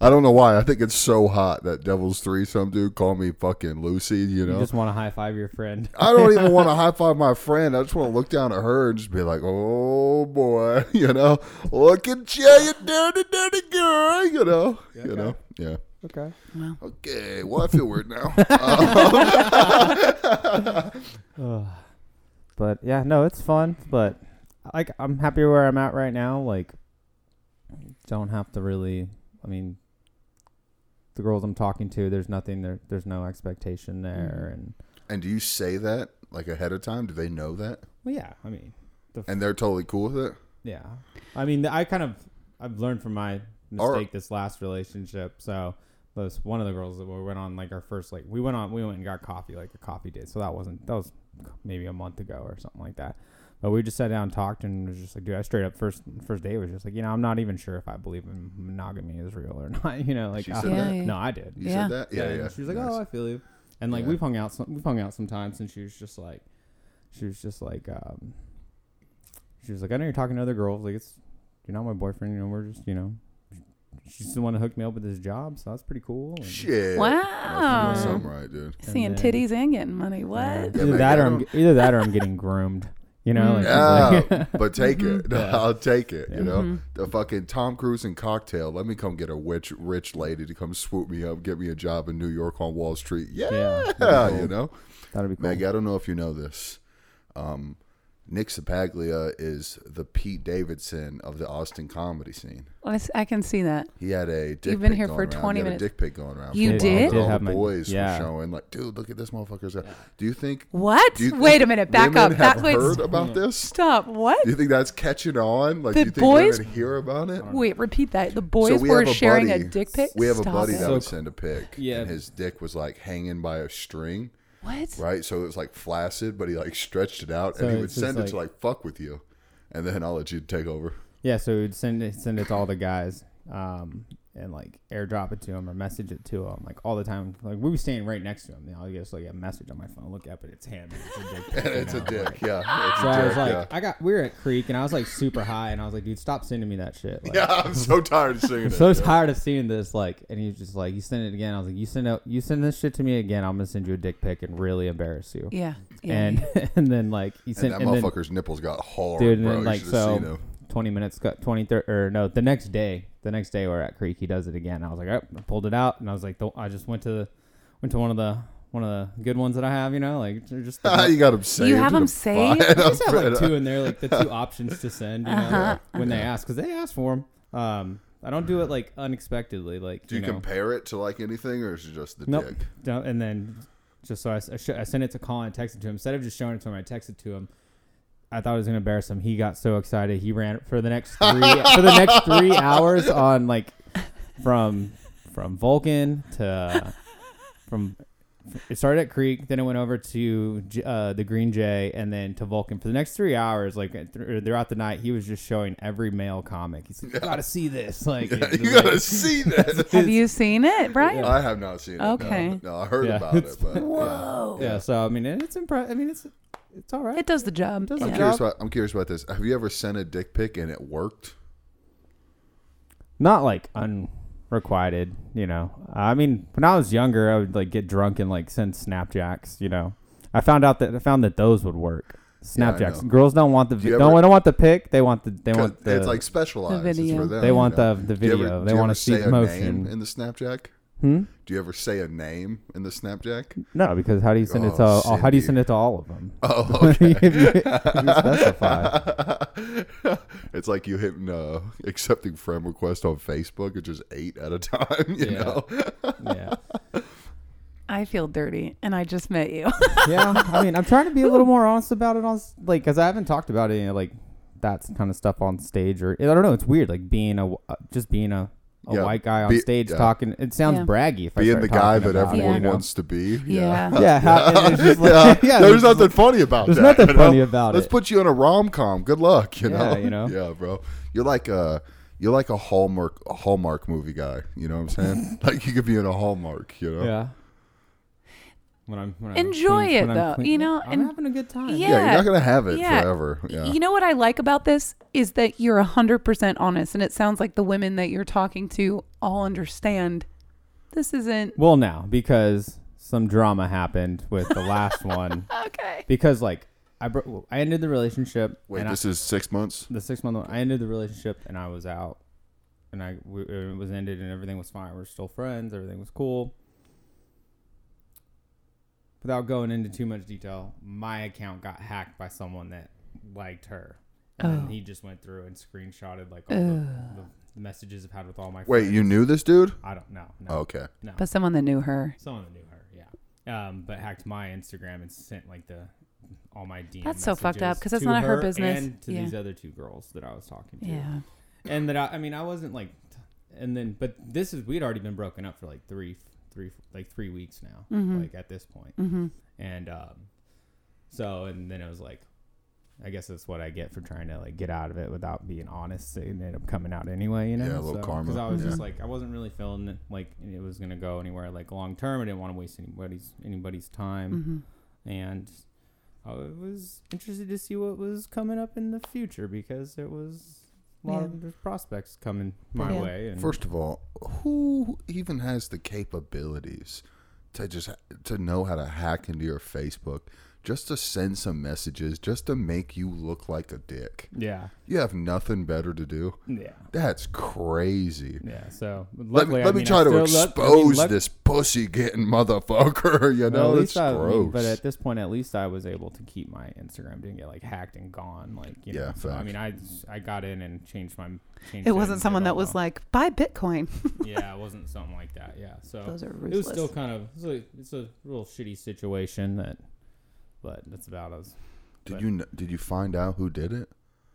Speaker 6: I don't know why. I think it's so hot that Devil's Three. Some dude called me fucking Lucy. You
Speaker 4: you
Speaker 6: know.
Speaker 4: just want to high five your friend.
Speaker 6: I don't even want to high five my friend. I just want to look down at her and just be like, "Oh boy," you know. Look at you, you dirty, dirty girl. You know. You know. Yeah.
Speaker 4: okay.
Speaker 6: Okay. Well, I feel weird now.
Speaker 4: But yeah, no, it's fun. But like, I'm happy where I'm at right now. Like, don't have to really. I mean, the girls I'm talking to, there's nothing there. There's no expectation there, and
Speaker 6: and do you say that like ahead of time? Do they know that?
Speaker 4: well, yeah. I mean, the
Speaker 6: And they're totally cool with it.
Speaker 4: Yeah. I mean, I kind of I've learned from my
Speaker 6: Or-
Speaker 4: mistake this last relationship. So this one of the girls that we went on like our first like we went on we went and got coffee like a coffee date. So that wasn't that was maybe a month ago or something like that. But we just sat down and talked and was just like, dude, I straight up first first date was just like, you know, I'm not even sure if I believe in monogamy is real or not. You know, like
Speaker 6: She
Speaker 4: I-
Speaker 6: said
Speaker 5: that? Yeah, yeah.
Speaker 4: no, I did.
Speaker 6: You
Speaker 5: Yeah.
Speaker 6: said that. Yeah.
Speaker 4: And
Speaker 6: Yeah.
Speaker 4: She was like,
Speaker 6: Nice.
Speaker 4: "Oh, I feel you," and like
Speaker 6: Yeah.
Speaker 4: we've hung out, some, we've hung out sometimes, and she was just like, she was just like, um, she was like, "I know you're talking to other girls, like it's you're not my boyfriend, you know. We're just, you know, she's the one who hooked me up with this job, so that's pretty cool." And,
Speaker 6: Shit.
Speaker 5: Wow.
Speaker 6: That's something right, dude.
Speaker 5: Seeing
Speaker 4: then-
Speaker 5: titties and getting money. What?
Speaker 4: either
Speaker 6: man,
Speaker 4: that
Speaker 6: I
Speaker 4: or I'm,
Speaker 6: don't-
Speaker 4: either that or I'm getting groomed, you
Speaker 6: Mm.
Speaker 4: know. Like, Mm-hmm. she's like-
Speaker 6: Yeah, but take it. I'll take it. You know,
Speaker 5: Mm-hmm.
Speaker 6: the fucking Tom Cruise and cocktail. Let me come get a rich, rich lady to come swoop me up, get me a job in New York on Wall Street. Yeah,
Speaker 4: yeah,
Speaker 6: Oh. you know,
Speaker 4: that'd be cool.
Speaker 6: Maggie. I don't know if you know this. Um, Nick Sapaglia is the Pete Davidson of the Austin comedy scene.
Speaker 5: Well, I s- I can see that.
Speaker 6: He had a dick
Speaker 5: You've been
Speaker 6: pic
Speaker 5: here
Speaker 6: going
Speaker 5: for
Speaker 6: around. He
Speaker 5: 20
Speaker 6: had a
Speaker 5: minutes.
Speaker 6: dick pic going around.
Speaker 5: You
Speaker 6: for a while
Speaker 5: did?
Speaker 6: that
Speaker 4: Did
Speaker 6: All the
Speaker 4: have my-
Speaker 6: boys
Speaker 4: yeah.
Speaker 6: were showing like, dude, look at this motherfucker's. Do you think?
Speaker 5: What?
Speaker 6: do you think
Speaker 5: Wait a minute. Back
Speaker 6: women
Speaker 5: up. That
Speaker 6: have
Speaker 5: wait.
Speaker 6: heard about this.
Speaker 5: Stop. What?
Speaker 6: Do you think that's catching on? Like,
Speaker 5: The
Speaker 6: do you think
Speaker 5: boys-
Speaker 6: women hear about it?
Speaker 5: Wait. Repeat that. The boys
Speaker 6: we
Speaker 5: were
Speaker 6: have a
Speaker 5: sharing
Speaker 6: buddy-
Speaker 5: a dick pic.
Speaker 6: We have a
Speaker 5: Stop
Speaker 6: buddy
Speaker 5: it.
Speaker 6: that
Speaker 4: So
Speaker 6: would
Speaker 4: c-
Speaker 6: send a pic,
Speaker 4: Yeah.
Speaker 6: and his dick was like hanging by a string,
Speaker 5: What?
Speaker 6: right? So it was like flaccid, but he like stretched it out,
Speaker 4: So
Speaker 6: and he would
Speaker 4: it's just
Speaker 6: send it to
Speaker 4: like-
Speaker 6: like fuck with you, and then I'll let you take over.
Speaker 4: Yeah, so we'd send it send it to all the guys, um, and like airdrop it to them or message it to them like all the time. Like we were staying right next to him. You know, I just like a message on my phone. Look up, and it's him. It's a dick pic, you
Speaker 6: It's a
Speaker 4: know,
Speaker 6: dick,
Speaker 4: like-
Speaker 6: yeah. It's
Speaker 4: so
Speaker 6: a
Speaker 4: I
Speaker 6: dick,
Speaker 4: was like,
Speaker 6: yeah.
Speaker 4: I got we were at Creek, and I was like super high, and I was like, dude, stop sending me that shit. Like,
Speaker 6: yeah, I'm so tired of singing
Speaker 4: I'm
Speaker 6: it.
Speaker 4: so
Speaker 6: yeah.
Speaker 4: tired of seeing this. Like, and he was just like, you send it again. I was like, you send out, you send this shit to me again. I'm gonna send you a dick pic and really embarrass you.
Speaker 5: Yeah. yeah.
Speaker 4: And and then like he
Speaker 6: And
Speaker 4: sent
Speaker 6: that
Speaker 4: and then-
Speaker 6: motherfucker's nipples got hard,
Speaker 4: dude. And
Speaker 6: bro.
Speaker 4: then, like
Speaker 6: you should have
Speaker 4: so,
Speaker 6: seen him.
Speaker 4: twenty minutes, cut twenty thirty, or no, the next day, the next day we're at Creek. He does it again. I was like, oh, I pulled it out, and I was like, the, I just went to the, went to one of the one of the good ones that I have, you know, like they're just. The,
Speaker 6: you got him saved.
Speaker 5: you have
Speaker 6: in
Speaker 5: them
Speaker 6: a
Speaker 5: saved?
Speaker 6: file.
Speaker 4: I just have like two in there, like the two options to send, you know, when they ask, because they ask for them. Um, I don't do it like unexpectedly, like
Speaker 6: Do you,
Speaker 4: know,
Speaker 6: compare it to like anything, or is it just the
Speaker 4: Nope.
Speaker 6: dick?
Speaker 4: Don't- And then just so I, s- I sh- I sent it to Colin and texted to him. Instead of just showing it to him, I texted to him. I thought it was gonna embarrass him. He got so excited. He ran for the next three for the next three hours on like from from Vulcan to from it started at Creek, then it went over to J- uh, the Green Jay, and then to Vulcan for the next three hours. Like th- throughout the night, he was just showing every male comic. He's like, "You gotta see this!" Like it
Speaker 6: You
Speaker 4: was
Speaker 6: gotta
Speaker 4: like-
Speaker 6: see that.
Speaker 5: have you seen it, Brian?
Speaker 6: I have not seen it. no.
Speaker 5: Okay.
Speaker 6: No, I heard
Speaker 4: Yeah.
Speaker 6: about it, but yeah.
Speaker 4: yeah. So I mean, and it's impressive. I mean, it's it's all right.
Speaker 5: It does the job.
Speaker 4: does the
Speaker 5: yeah.
Speaker 4: job.
Speaker 6: curious about, I'm curious about this. Have you ever sent a dick pic and it worked?
Speaker 4: not like unrequited, you know. I mean, when I was younger, I would like get drunk and like send Snapjacks, you know. I found out that I found that those would work. Snapjacks.
Speaker 6: know.
Speaker 4: Girls don't want the vi-
Speaker 6: you
Speaker 4: don't
Speaker 6: ever-
Speaker 4: don't want the pic. They want the they
Speaker 6: 'Cause
Speaker 4: want the
Speaker 6: it's like specialized.
Speaker 5: the
Speaker 6: It's
Speaker 5: video.
Speaker 6: for them,
Speaker 4: They
Speaker 6: you
Speaker 4: want
Speaker 6: know?
Speaker 4: the- the
Speaker 6: Do you ever-
Speaker 4: video.
Speaker 6: do
Speaker 4: They
Speaker 6: you
Speaker 4: wanna
Speaker 6: ever
Speaker 4: see
Speaker 6: say a
Speaker 4: motion.
Speaker 6: name in the Snapjack.
Speaker 4: Hmm?
Speaker 6: Do you ever say a name in the Snapjack?
Speaker 4: no, because how do you send it to
Speaker 6: Oh,
Speaker 4: all, how do you send
Speaker 6: Cindy.
Speaker 4: it to all of them?
Speaker 6: Oh, okay.
Speaker 4: if you, if you specify.
Speaker 6: it's like you hitting uh, accepting friend request on Facebook. It's just eight at a time. You
Speaker 4: Yeah.
Speaker 6: know.
Speaker 4: Yeah.
Speaker 5: I feel dirty, and I just met you.
Speaker 4: yeah, I mean, I'm trying to be a little more honest about it on s- like because I haven't talked about any like that kind of stuff on stage or I don't know. It's weird, like being a w- uh, just being a, a
Speaker 6: Yeah,
Speaker 4: white guy on
Speaker 6: be-
Speaker 4: stage
Speaker 6: yeah.
Speaker 4: talking. It sounds
Speaker 5: Yeah.
Speaker 4: braggy. If I
Speaker 6: Being
Speaker 4: start
Speaker 6: the guy
Speaker 4: talking
Speaker 6: that
Speaker 4: about it,
Speaker 6: everyone
Speaker 4: you know?
Speaker 6: wants to be.
Speaker 5: yeah.
Speaker 4: Yeah, how, and it's just like, yeah,
Speaker 6: there's
Speaker 4: it's
Speaker 6: nothing funny about
Speaker 4: there's
Speaker 6: that.
Speaker 4: nothing
Speaker 6: you know?
Speaker 4: funny about
Speaker 6: Let's
Speaker 4: it.
Speaker 6: put you in a rom com. Good luck. You
Speaker 4: Yeah,
Speaker 6: know.
Speaker 4: you know?
Speaker 6: yeah, bro. You're like a you're like a hallmark a hallmark movie guy. You know what I'm saying? like you could be in a hallmark. You know.
Speaker 4: Yeah. When I'm, when I'm
Speaker 5: Enjoy
Speaker 4: clean-
Speaker 5: it,
Speaker 4: when I'm
Speaker 5: though,
Speaker 4: clean-
Speaker 5: you know,
Speaker 4: I'm
Speaker 5: and-
Speaker 4: having a good time.
Speaker 5: Yeah.
Speaker 6: Yeah, you're not gonna have it
Speaker 5: Yeah.
Speaker 6: forever. Yeah.
Speaker 5: You know what I like about this is that you're 100% honest, and it sounds like the women that you're talking to all understand this isn't
Speaker 4: Well, now because some drama happened with the last one
Speaker 5: okay.
Speaker 4: because like I bro- I ended the relationship.
Speaker 6: Wait,
Speaker 4: and I-
Speaker 6: this is six months.
Speaker 4: the six month one, I ended the relationship and I was out, and I we, it was ended and everything was fine. We're still friends. Everything was cool. Without going into too much detail, my account got hacked by someone that liked her, and then
Speaker 5: Oh.
Speaker 4: he just went through and screenshotted like all the, the messages I've had with all my.
Speaker 6: Wait,
Speaker 4: friends.
Speaker 6: you knew this dude? Oh,
Speaker 4: I don't know. No,
Speaker 6: Okay.
Speaker 5: But someone that knew her.
Speaker 4: someone that knew her, yeah, um, but hacked my Instagram and sent like the all my DMs.
Speaker 5: That's so fucked up, 'cause that's not her business.
Speaker 4: And to
Speaker 5: Yeah.
Speaker 4: these other two girls that I was talking to
Speaker 5: Yeah.
Speaker 4: and that I, I mean I wasn't like, t- and then but this is we'd already been broken up for like three three like three weeks now like at this point
Speaker 5: Mm-hmm.
Speaker 4: and um so and then it was like I guess that's what I get for trying to like get out of it without being honest it ended up coming out anyway you know
Speaker 6: Yeah, a little
Speaker 4: So-
Speaker 6: karma.
Speaker 4: I was just
Speaker 6: Yeah.
Speaker 4: like I wasn't really feeling it, like it was gonna go anywhere like long term I didn't want to waste anybody's anybody's
Speaker 5: Mm-hmm.
Speaker 4: time and. I was interested to see what was coming up in the future because it was a lot
Speaker 5: Yeah.
Speaker 4: of there's prospects coming my
Speaker 5: Yeah.
Speaker 4: way. And
Speaker 6: First of all, who even has the capabilities to just to know how to hack into your Facebook just to send some messages just to make you look like a dick?
Speaker 4: yeah,
Speaker 6: You have nothing better to do.
Speaker 4: yeah,
Speaker 6: That's crazy.
Speaker 4: yeah. So
Speaker 6: Let me,
Speaker 4: luckily,
Speaker 6: let
Speaker 4: I
Speaker 6: me
Speaker 4: mean, I
Speaker 6: try to
Speaker 4: still
Speaker 6: expose
Speaker 4: luck- I mean, luck-
Speaker 6: this pussy getting motherfucker. You
Speaker 4: well,
Speaker 6: know,
Speaker 4: at least
Speaker 6: it's
Speaker 4: I- I mean,
Speaker 6: gross.
Speaker 4: but at this point, at least I was able to keep my Instagram didn't get like hacked and gone. Like you know,
Speaker 6: Yeah,
Speaker 4: so, I
Speaker 6: facts.
Speaker 4: mean, I I got in and changed my. Changed
Speaker 5: It wasn't someone that was
Speaker 4: like.
Speaker 5: like, buy Bitcoin.
Speaker 4: yeah, it wasn't something like that. Yeah, so
Speaker 5: Those are
Speaker 4: Oh. It was
Speaker 5: ruthless.
Speaker 4: still kind of it's a, it's a real shitty situation that, but that's about as
Speaker 6: did you kn- did you find out who did it?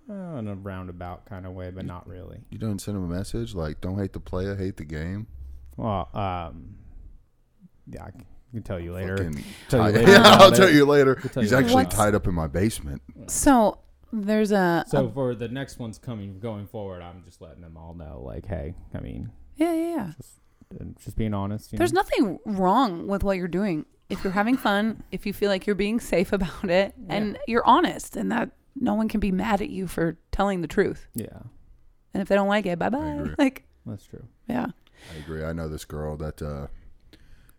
Speaker 4: uh, in a roundabout kind of way, but not really.
Speaker 6: You don't send him a message like "Don't hate the player, hate the game."
Speaker 4: Well, um, yeah, I c- can tell you later.
Speaker 6: Fucking
Speaker 4: Tell you
Speaker 6: tie-
Speaker 4: later
Speaker 6: yeah,
Speaker 4: about
Speaker 6: I'll
Speaker 4: it.
Speaker 6: tell you later.
Speaker 4: tell
Speaker 6: He's
Speaker 4: you later
Speaker 6: actually
Speaker 4: about it.
Speaker 6: tied up in my basement.
Speaker 5: so there's a.
Speaker 4: So for the next ones coming going forward, I'm just letting them all know, like, hey, I mean,
Speaker 5: yeah, yeah, yeah.
Speaker 4: and just being honest. You
Speaker 5: There's
Speaker 4: know?
Speaker 5: nothing wrong with what you're doing. If you're having fun, if you feel like you're being safe about it, and you're honest, and that no one can be mad at you for telling the truth.
Speaker 4: yeah,
Speaker 5: And if they don't like it, bye
Speaker 6: agree.
Speaker 5: bye. Like,
Speaker 4: that's true.
Speaker 5: yeah.
Speaker 6: I agree. I know this girl that uh,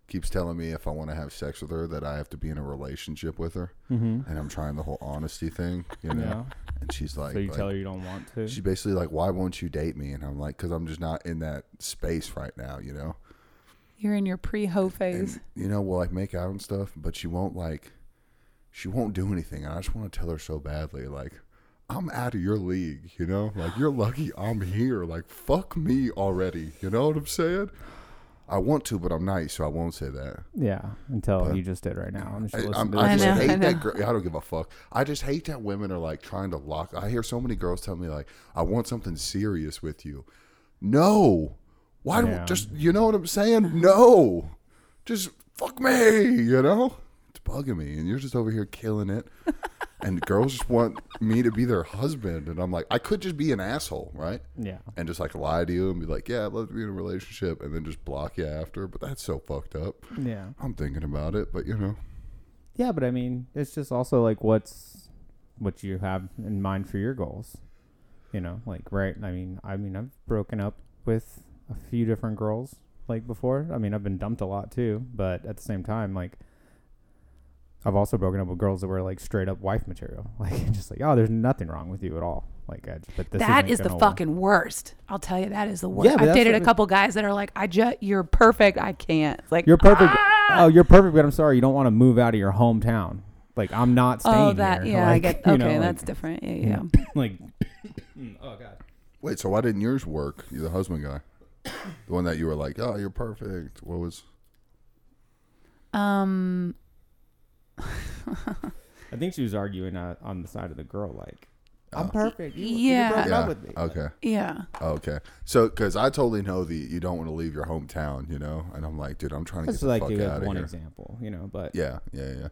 Speaker 6: keeps telling me if I want to have sex with her that I have to be in a relationship with her, mm-hmm. and I'm trying the whole honesty thing, you know.
Speaker 4: Yeah.
Speaker 6: And she's like,
Speaker 4: So you
Speaker 6: like-
Speaker 4: tell her you don't want to.
Speaker 6: she's basically like, "Why won't you date me?" And I'm like, "Cause I'm just not in that space right now, you know."
Speaker 5: You're in your pre ho phase.
Speaker 6: And you know, we'll like make out and stuff, but she won't like, she won't do anything. And I just want to tell her so badly, like, I'm out of your league, you know? Like, you're lucky I'm here. Like, fuck me already. You know what I'm saying? I want to, but I'm nice, so I won't say that.
Speaker 4: yeah, until you just did right now, and she
Speaker 6: I,
Speaker 4: listened
Speaker 6: I'm-
Speaker 4: to
Speaker 6: I
Speaker 4: this.
Speaker 6: just
Speaker 5: I know,
Speaker 6: hate
Speaker 5: I
Speaker 6: that
Speaker 5: know.
Speaker 6: girl. I don't give a fuck. I just hate that women are like trying to lock. I hear so many girls tell me like, "I want something serious with you." No, why
Speaker 4: Yeah.
Speaker 6: don't just you know what I'm saying? No, just fuck me. You know, it's bugging me, and you're just over here killing it. and girls just want me to be their husband, and I'm like, I could just be an asshole, right?
Speaker 4: Yeah,
Speaker 6: And just like lie to you and be like, "Yeah, I'd love to be in a relationship," and then just block you after. But that's so fucked up.
Speaker 4: yeah.
Speaker 6: I'm thinking about it, but you know.
Speaker 4: Yeah, but I mean, it's just also like what's what you have in mind for your goals. You know, like right. I mean, I mean, I've broken up with a few different girls like before. I mean, I've been dumped a lot too, but at the same time, like I've also broken up with girls that were like straight up wife material. Like just like, oh, there's nothing wrong with you at all. Like, I, but this
Speaker 5: That
Speaker 4: isn't
Speaker 5: is the
Speaker 4: gonna work.
Speaker 5: fucking worst. I'll tell you, that is the worst.
Speaker 4: Yeah, but
Speaker 5: I've
Speaker 4: that's
Speaker 5: dated
Speaker 4: what
Speaker 5: a
Speaker 4: it-
Speaker 5: couple guys that are like, I just, you're perfect. I can't. It's Like,
Speaker 4: You're perfect.
Speaker 5: "Ah!"
Speaker 4: Oh, you're perfect, but I'm sorry, you don't want to move out of your hometown. Like, I'm not staying
Speaker 5: Oh, that,
Speaker 4: here.
Speaker 5: yeah, I
Speaker 4: Like,
Speaker 5: get,
Speaker 4: you
Speaker 5: okay,
Speaker 4: know, like-
Speaker 5: that's different. Yeah, yeah.
Speaker 4: like oh god
Speaker 6: Wait, so why didn't yours work? You're the husband guy. The one that you were like, oh, you're perfect. What was.
Speaker 5: Um,
Speaker 4: I think she was arguing uh, on the side of the girl, like, uh, I'm
Speaker 6: Oh.
Speaker 4: perfect. You,
Speaker 5: Yeah.
Speaker 4: You broke
Speaker 6: Yeah.
Speaker 4: up with me.
Speaker 6: Okay.
Speaker 5: yeah.
Speaker 6: Okay. So, because I totally know that you don't want to leave your hometown, you know, and I'm like, dude, I'm trying to
Speaker 4: That's
Speaker 6: get the
Speaker 4: like
Speaker 6: fuck
Speaker 4: you
Speaker 6: out
Speaker 4: have
Speaker 6: of
Speaker 4: one
Speaker 6: here.
Speaker 4: example, you know, but
Speaker 6: Yeah, yeah, yeah.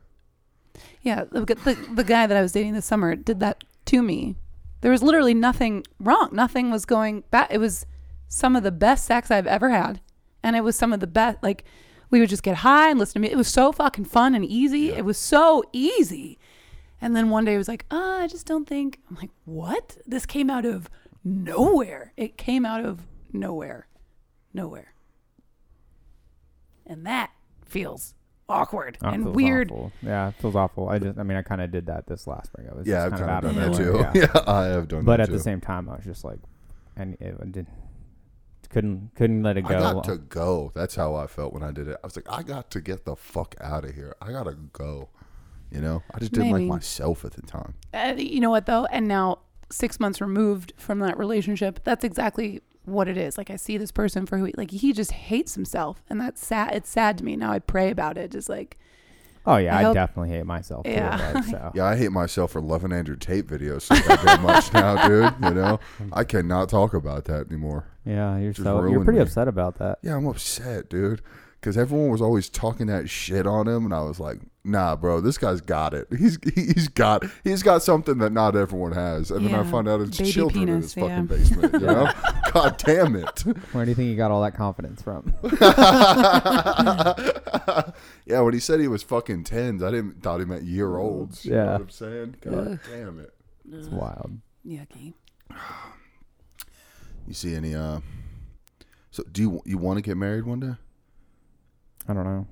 Speaker 5: Yeah, the, the, the guy that I was dating this summer did that to me. There was literally nothing wrong. Nothing was going bad. It was some of the best sex I've ever had. And it was some of the best, like, we would just get high and listen to music. It was so fucking fun and easy. It was so easy. And then one day it was like, ah, I just don't think. I'm like, what? This came out of nowhere. It came out of nowhere. Nowhere. And that feels awkward
Speaker 4: Oh, it
Speaker 5: and
Speaker 4: feels
Speaker 5: weird.
Speaker 4: awful. Yeah, it feels awful. I just, I mean, I kind of did that this last spring. I was
Speaker 6: Yeah, I've
Speaker 4: just
Speaker 6: kind
Speaker 4: kind
Speaker 6: of
Speaker 4: of
Speaker 6: done
Speaker 4: out
Speaker 6: that
Speaker 4: of
Speaker 6: too.
Speaker 4: nowhere.
Speaker 6: Yeah. I have done
Speaker 4: but
Speaker 6: that
Speaker 4: at
Speaker 6: too.
Speaker 4: the same time, I was just like, and it, I didn't, couldn't, couldn't let it
Speaker 6: I
Speaker 4: go.
Speaker 6: got to go. That's how I felt when I did it. I was like, I got to get the fuck out of here. I gotta go. You know, I just didn't
Speaker 5: Maybe.
Speaker 6: like myself at the time.
Speaker 5: Uh, you know what though? And now six months removed from that relationship, that's exactly what it is. Like I see this person for who he, like he just hates himself, and that's sad. It's sad to me. Now I pray about it. Just like
Speaker 4: oh yeah,
Speaker 5: I
Speaker 4: I,
Speaker 5: hope-
Speaker 4: definitely hate myself.
Speaker 5: Yeah.
Speaker 4: Too, like, so.
Speaker 6: Yeah, I hate myself for loving Andrew Tate videos so goddamn much now, dude. You know, I cannot talk about that anymore.
Speaker 4: yeah, you're
Speaker 6: Just
Speaker 4: so you're
Speaker 6: ruined
Speaker 4: pretty
Speaker 6: me.
Speaker 4: upset about that.
Speaker 6: Yeah, I'm upset, dude. Because everyone was always talking that shit on him, and I was like, "Nah, bro, this guy's got it. He's he's got he's got something that not everyone has." And then I
Speaker 5: Yeah,
Speaker 6: find out it's
Speaker 5: baby
Speaker 6: children in
Speaker 5: penis,
Speaker 6: his fucking
Speaker 5: yeah.
Speaker 6: basement. You know, god damn it.
Speaker 4: Where do you think you got all that confidence from?
Speaker 6: yeah, when he said he was fucking tens, I didn't thought he meant year olds. You know
Speaker 4: Yeah.
Speaker 6: what I'm saying? God damn it.
Speaker 4: it's
Speaker 5: Mm-hmm.
Speaker 4: wild.
Speaker 5: yucky.
Speaker 6: You see any? uh So do you you want to get married one day?
Speaker 4: I don't know.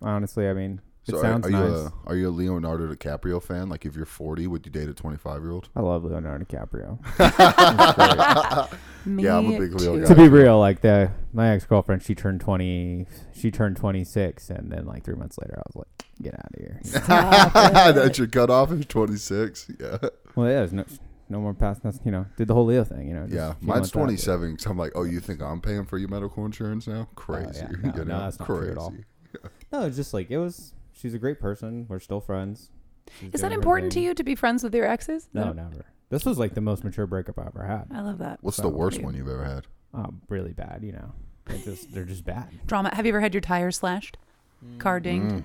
Speaker 4: Honestly, I mean, it
Speaker 6: so are-
Speaker 4: sounds
Speaker 6: are,
Speaker 4: nice.
Speaker 6: you a are you a Leonardo DiCaprio fan? Like if you're 40, would you date a 25 year old?
Speaker 4: I love Leonardo DiCaprio.
Speaker 5: Me
Speaker 6: Yeah, I'm a big Leo
Speaker 5: too.
Speaker 6: guy.
Speaker 4: to be real, like the my ex girlfriend, she turned twenty, she turned twenty six, and then like three months later, I was like, get out of here.
Speaker 6: That's your cutoff is 26. Yeah,
Speaker 4: well, yeah, there's no no more past that's you know did the whole Leo thing, you know. just
Speaker 6: yeah.
Speaker 4: a few
Speaker 6: Mine's
Speaker 4: months after.
Speaker 6: 27. Cause I'm like, oh, you think I'm paying for your medical insurance now? Crazy.
Speaker 4: Oh, yeah.
Speaker 6: You
Speaker 4: No,
Speaker 6: know?
Speaker 4: no, that's not true at all. No, it's just like it was. She's a great person. We're still friends. She's
Speaker 5: Is that
Speaker 4: doing her
Speaker 5: important to
Speaker 4: thing.
Speaker 5: you to be friends with your exes?
Speaker 4: No, never. This was like the most mature breakup I ever had.
Speaker 5: I love that
Speaker 6: What's the
Speaker 4: So-
Speaker 6: worst one you've ever had?
Speaker 5: Oh.
Speaker 4: Um, really bad, you know. They're just they're just bad.
Speaker 5: drama. Have you ever had your tires slashed, car dinged,
Speaker 6: Mm.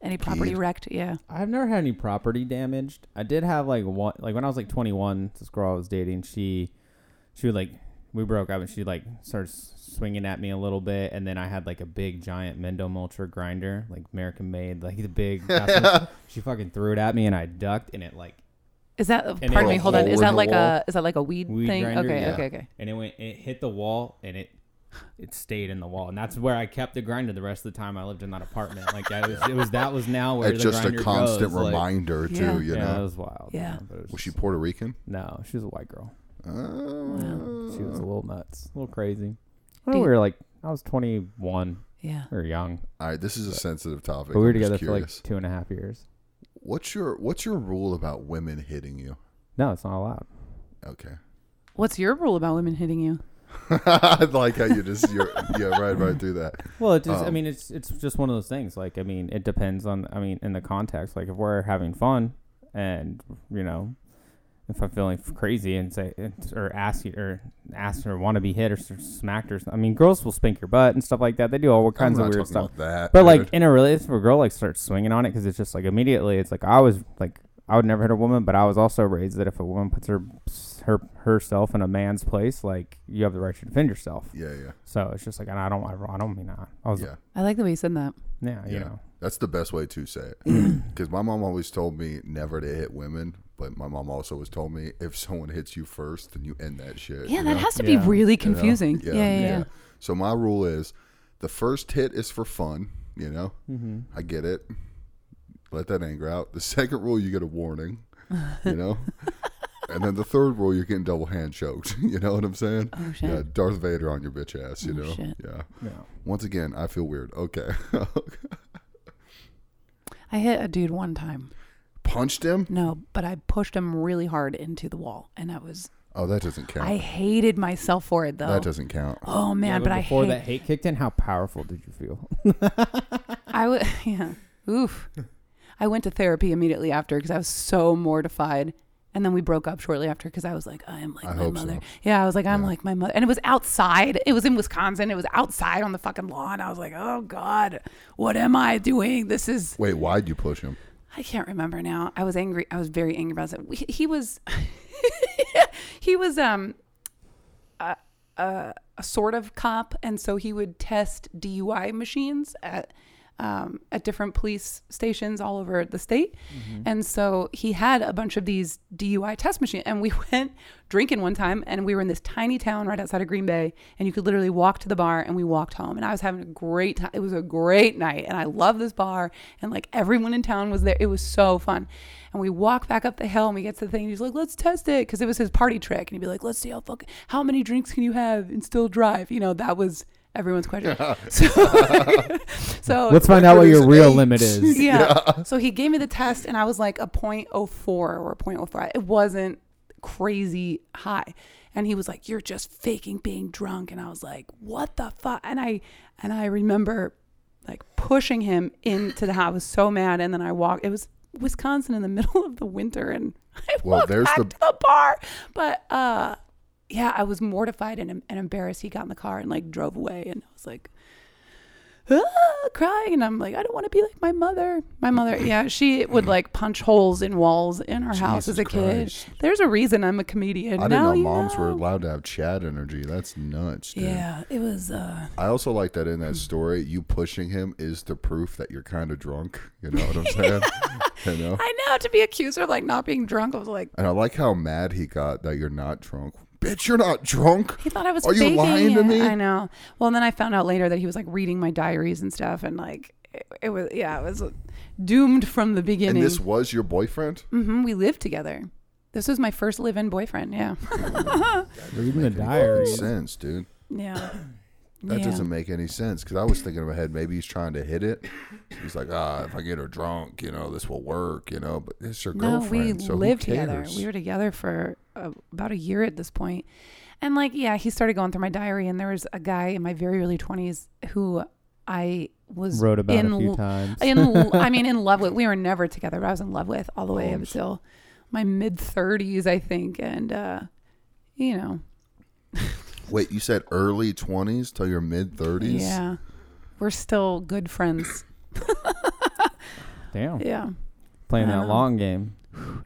Speaker 5: any property
Speaker 6: Keyed.
Speaker 5: wrecked? Yeah,
Speaker 4: I've never had any property damaged. I did have like one like when I was like 21, this girl I was dating, she she would like we broke up and she like starts swinging at me a little bit and then I had like a big giant Mendo Mulcher grinder, like American made, like the big she fucking threw it at me and I ducked and it like
Speaker 5: is that? pardon
Speaker 4: it
Speaker 5: me.
Speaker 4: had a
Speaker 5: Hold on.
Speaker 6: hole
Speaker 5: Is
Speaker 6: in
Speaker 5: that
Speaker 6: the
Speaker 5: like
Speaker 6: wall.
Speaker 5: a is that like a weed,
Speaker 4: Weed
Speaker 5: thing?
Speaker 4: grinder,
Speaker 5: okay,
Speaker 4: yeah.
Speaker 5: okay, okay.
Speaker 4: and it went it hit the wall and it it stayed in the wall and that's where I kept the grinder the rest of the time I lived in that apartment. Like that was it was that was now where
Speaker 6: It's
Speaker 4: the
Speaker 6: just a
Speaker 4: grinder
Speaker 6: constant
Speaker 4: goes, like-
Speaker 6: reminder
Speaker 5: Yeah.
Speaker 6: too. You
Speaker 4: yeah, it
Speaker 6: know,
Speaker 4: was wild.
Speaker 5: Yeah.
Speaker 4: you know, but it was
Speaker 6: was
Speaker 4: just-
Speaker 6: she Puerto Rican?
Speaker 4: No, she was a white girl.
Speaker 6: Uh,
Speaker 4: She was a little nuts, a little crazy. I
Speaker 5: Do
Speaker 4: know
Speaker 5: you-
Speaker 4: we were like, I was 21
Speaker 5: Yeah.
Speaker 4: or young,
Speaker 6: all right, this is a sensitive topic.
Speaker 4: but we were
Speaker 6: I'm just
Speaker 4: together for like
Speaker 6: curious.
Speaker 4: two and a half years.
Speaker 6: What's your What's your rule about women hitting you?
Speaker 4: No, it's not allowed.
Speaker 6: Okay,
Speaker 5: What's your rule about women hitting you?
Speaker 6: I like how you just you're yeah right right through that.
Speaker 4: Well, it just, I
Speaker 6: Um,
Speaker 4: mean, it's it's just one of those things. Like, I mean, it depends on, I mean, in the context. Like, if we're having fun, and you know, if I'm feeling crazy and say or ask you or ask or want to be hit or smacked or, I mean, girls will spank your butt and stuff like that. They do all
Speaker 6: I'm
Speaker 4: kinds
Speaker 6: not
Speaker 4: of
Speaker 6: talking
Speaker 4: weird stuff.
Speaker 6: about that.
Speaker 4: But
Speaker 6: dude.
Speaker 4: like in a relationship, a girl like starts swinging on it because it's just like immediately. It's like I was like I would never hit a woman, but I was also raised that if a woman puts her her herself in a man's place, like you have the right to defend yourself.
Speaker 6: yeah, yeah,
Speaker 4: So it's just like and I don't I don't mean that. I was yeah,
Speaker 6: yeah.
Speaker 5: I like the way you said that.
Speaker 4: you know.
Speaker 6: That's the best way to say it. Because my mom always told me never to hit women, but my mom also always told me if someone hits you first, then you end that shit.
Speaker 5: Yeah,
Speaker 6: you
Speaker 5: that
Speaker 6: know?
Speaker 5: has to
Speaker 4: Yeah.
Speaker 5: be really confusing. Yeah, yeah, yeah.
Speaker 6: So my rule is the first hit is for fun, you know?
Speaker 5: Mm-hmm.
Speaker 6: I get it. Let that anger out. The second rule, you get a warning, you know? and then the third rule, you're getting double hand choked. You know what I'm saying?
Speaker 5: Oh, shit. Oh,
Speaker 6: Yeah, Darth Vader on your bitch ass, you know?
Speaker 5: shit.
Speaker 6: Yeah.
Speaker 4: Yeah.
Speaker 6: Once again, I feel weird. Okay.
Speaker 5: I hit a dude one time.
Speaker 6: Punched him?
Speaker 5: No, but I pushed him really hard into the wall, and I was
Speaker 6: Oh, that doesn't count.
Speaker 5: I hated myself for it though.
Speaker 6: that doesn't count.
Speaker 5: oh man,
Speaker 4: Yeah,
Speaker 5: but, I
Speaker 4: before
Speaker 5: hate.
Speaker 4: that hate kicked in, how powerful did you feel?
Speaker 5: I would, yeah. Oof. I went to therapy immediately after because I was so mortified. And then we broke up shortly after because I was like, I am like
Speaker 6: I
Speaker 5: my
Speaker 6: hope so.
Speaker 5: mother. Yeah, I was like, I'm like my mother. And it was outside. It was in Wisconsin. It was outside on the fucking lawn. I was like, oh God, what am I doing? This is
Speaker 6: Wait, why'd you push him?
Speaker 5: I can't remember now. I was angry. I was very angry about it. He, he was, he was um, a, a, a sort of cop, and so he would test DUI machines at um, at different police stations all over the state, and so he had a bunch of these DUI test machines. And we went drinking one time, and we were in this tiny town right outside of Green Bay, and you could literally walk to the bar, and we walked home, and I was having a great time. It was a great night, and I love this bar, and like everyone in town was there. It was so fun, and we walk back up the hill, and we get to the thing, and he's like, "Let's test it," because it was his party trick, and he'd be like, "Let's see how fucking how many drinks can you have and still drive?" You know, that was everyone's question. so, so
Speaker 4: Let's find out what your real limit is.
Speaker 5: yeah. So he gave me the test, and I was like a 0.04 or a 0.03. It wasn't crazy high. And he was like, "You're just faking being drunk," and I was like, "What the fuck?" And I and I remember like pushing him into the house. I was so mad, and then I walked. It was Wisconsin in the middle of the winter, and I
Speaker 6: Well,
Speaker 5: walked
Speaker 6: there's
Speaker 5: back
Speaker 6: the-
Speaker 5: to the bar. But uh, yeah, I was mortified and, and embarrassed. He got in the car and like drove away, and I was like, ah, crying and i'm like i don't want to be like my mother my mother yeah she would like punch holes in walls in her house as
Speaker 6: Jesus
Speaker 5: a kid
Speaker 6: Christ.
Speaker 5: there's a reason i'm a comedian
Speaker 6: I didn't
Speaker 5: now
Speaker 6: know
Speaker 5: you
Speaker 6: moms were
Speaker 5: know.
Speaker 6: allowed to have Chad energy. That's nuts, dude.
Speaker 5: yeah it was uh
Speaker 6: I also like that in that story, you pushing him is the proof that you're kind of drunk. You know what I'm saying? You know?
Speaker 5: i know to be accused of like not being drunk i was like
Speaker 6: And I like how mad he got that you're not drunk. Bitch, you're not drunk.
Speaker 5: he thought i was
Speaker 6: Are you
Speaker 5: faking
Speaker 6: lying to
Speaker 5: it.
Speaker 6: me?
Speaker 5: i know well and then i found out later that he was like reading my diaries and stuff and like it, it was yeah it was doomed from the
Speaker 6: And
Speaker 5: beginning
Speaker 6: this was your boyfriend?
Speaker 5: hmm we lived together this was my first live-in boyfriend yeah
Speaker 4: Reading the
Speaker 6: Makes
Speaker 4: diaries.
Speaker 6: sense, dude.
Speaker 5: yeah
Speaker 6: That
Speaker 5: Yeah.
Speaker 6: doesn't make any sense because I was thinking in my head maybe he's trying to hit it. He's like, ah, if I get her drunk, you know, this will work, you know. But it's your
Speaker 5: No,
Speaker 6: girlfriend,
Speaker 5: we
Speaker 6: so
Speaker 5: lived
Speaker 6: who cares?
Speaker 5: together. We were together for uh, about a year at this point. And like, yeah, he started going through my diary, and there was a guy in my very early twenties who I was
Speaker 4: Wrote about
Speaker 5: in,
Speaker 4: a few
Speaker 5: l-
Speaker 4: times.
Speaker 5: in l- I mean, in love with. We were never together, but I was in love with all the way up until my mid thirties, I think. And uh, you know,
Speaker 6: Wait, you said early twenties till your mid thirties?
Speaker 5: yeah, we're still good friends.
Speaker 4: Damn.
Speaker 5: Yeah.
Speaker 4: Playing
Speaker 5: I
Speaker 4: that
Speaker 5: know.
Speaker 4: long game.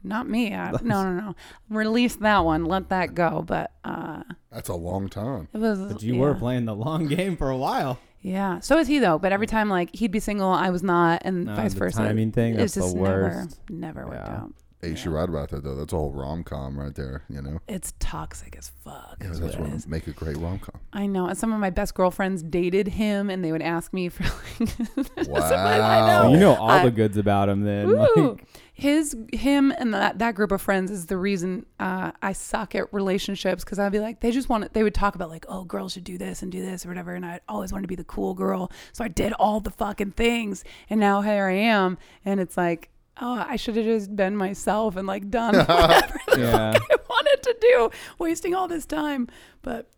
Speaker 5: Not me. I, no, no, no. Release that one. Let that go. But uh,
Speaker 6: That's a long time.
Speaker 5: it was.
Speaker 4: But you were
Speaker 5: yeah.
Speaker 4: playing the long game for a while.
Speaker 5: Yeah. So is he though. But every time like he'd be single, I was not, and
Speaker 4: No,
Speaker 5: vice
Speaker 4: the
Speaker 5: versa.
Speaker 4: timing thing,
Speaker 5: It's
Speaker 4: that's
Speaker 5: just
Speaker 4: the worst.
Speaker 5: never, never worked
Speaker 4: Yeah.
Speaker 5: out.
Speaker 6: Hey, she right about that though. That's a whole rom com right there. You know,
Speaker 5: It's toxic as fuck.
Speaker 6: yeah,
Speaker 5: is
Speaker 6: that's
Speaker 5: what it
Speaker 6: what
Speaker 5: is.
Speaker 6: make a great rom com.
Speaker 5: I know. And some of my best girlfriends dated him, and they would ask me for like.
Speaker 6: Wow,
Speaker 4: Oh, you know all
Speaker 5: I-
Speaker 4: the goods about him then.
Speaker 5: Ooh,
Speaker 4: Like,
Speaker 5: his him and that, that group of friends is the reason uh, I suck at relationships because I'd be like they just want they would talk about like oh girls should do this and do this or whatever and I always wanted to be the cool girl so I did all the fucking things and now here I am and it's like oh I should have just been myself and like done whatever
Speaker 4: yeah.
Speaker 5: I wanted to do wasting all this time but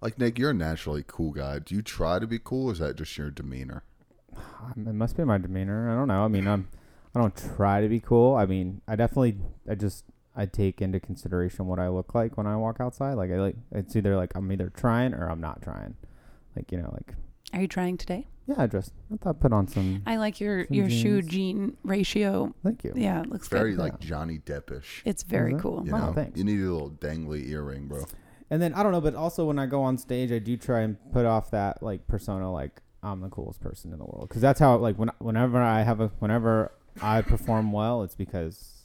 Speaker 6: like Nick, you're a naturally cool guy. Do you try to be cool? Or is that just your demeanor?
Speaker 4: Um, It must be my demeanor. I don't know. I mean, I'm I don't try to be cool. I mean, I definitely I just I take into consideration what I look like when I walk outside. Like I like it's either like I'm either trying or I'm not trying. Like you know, like
Speaker 5: are you trying today
Speaker 4: yeah, I just I thought I put on some.
Speaker 5: I like your
Speaker 4: Some
Speaker 5: your shoe
Speaker 4: jeans.
Speaker 5: jean ratio
Speaker 4: Thank you.
Speaker 5: yeah it looks
Speaker 6: Very
Speaker 5: good
Speaker 6: like Johnny Deppish.
Speaker 5: it's very
Speaker 4: Is it?
Speaker 5: cool
Speaker 6: You
Speaker 4: Oh,
Speaker 6: know,
Speaker 4: thanks.
Speaker 6: you need a little dangly earring, bro.
Speaker 4: And then I don't know, but also when I go on stage, I do try and put off that like persona, like I'm the coolest person in the world, because that's how like when whenever I have a whenever I perform well, it's because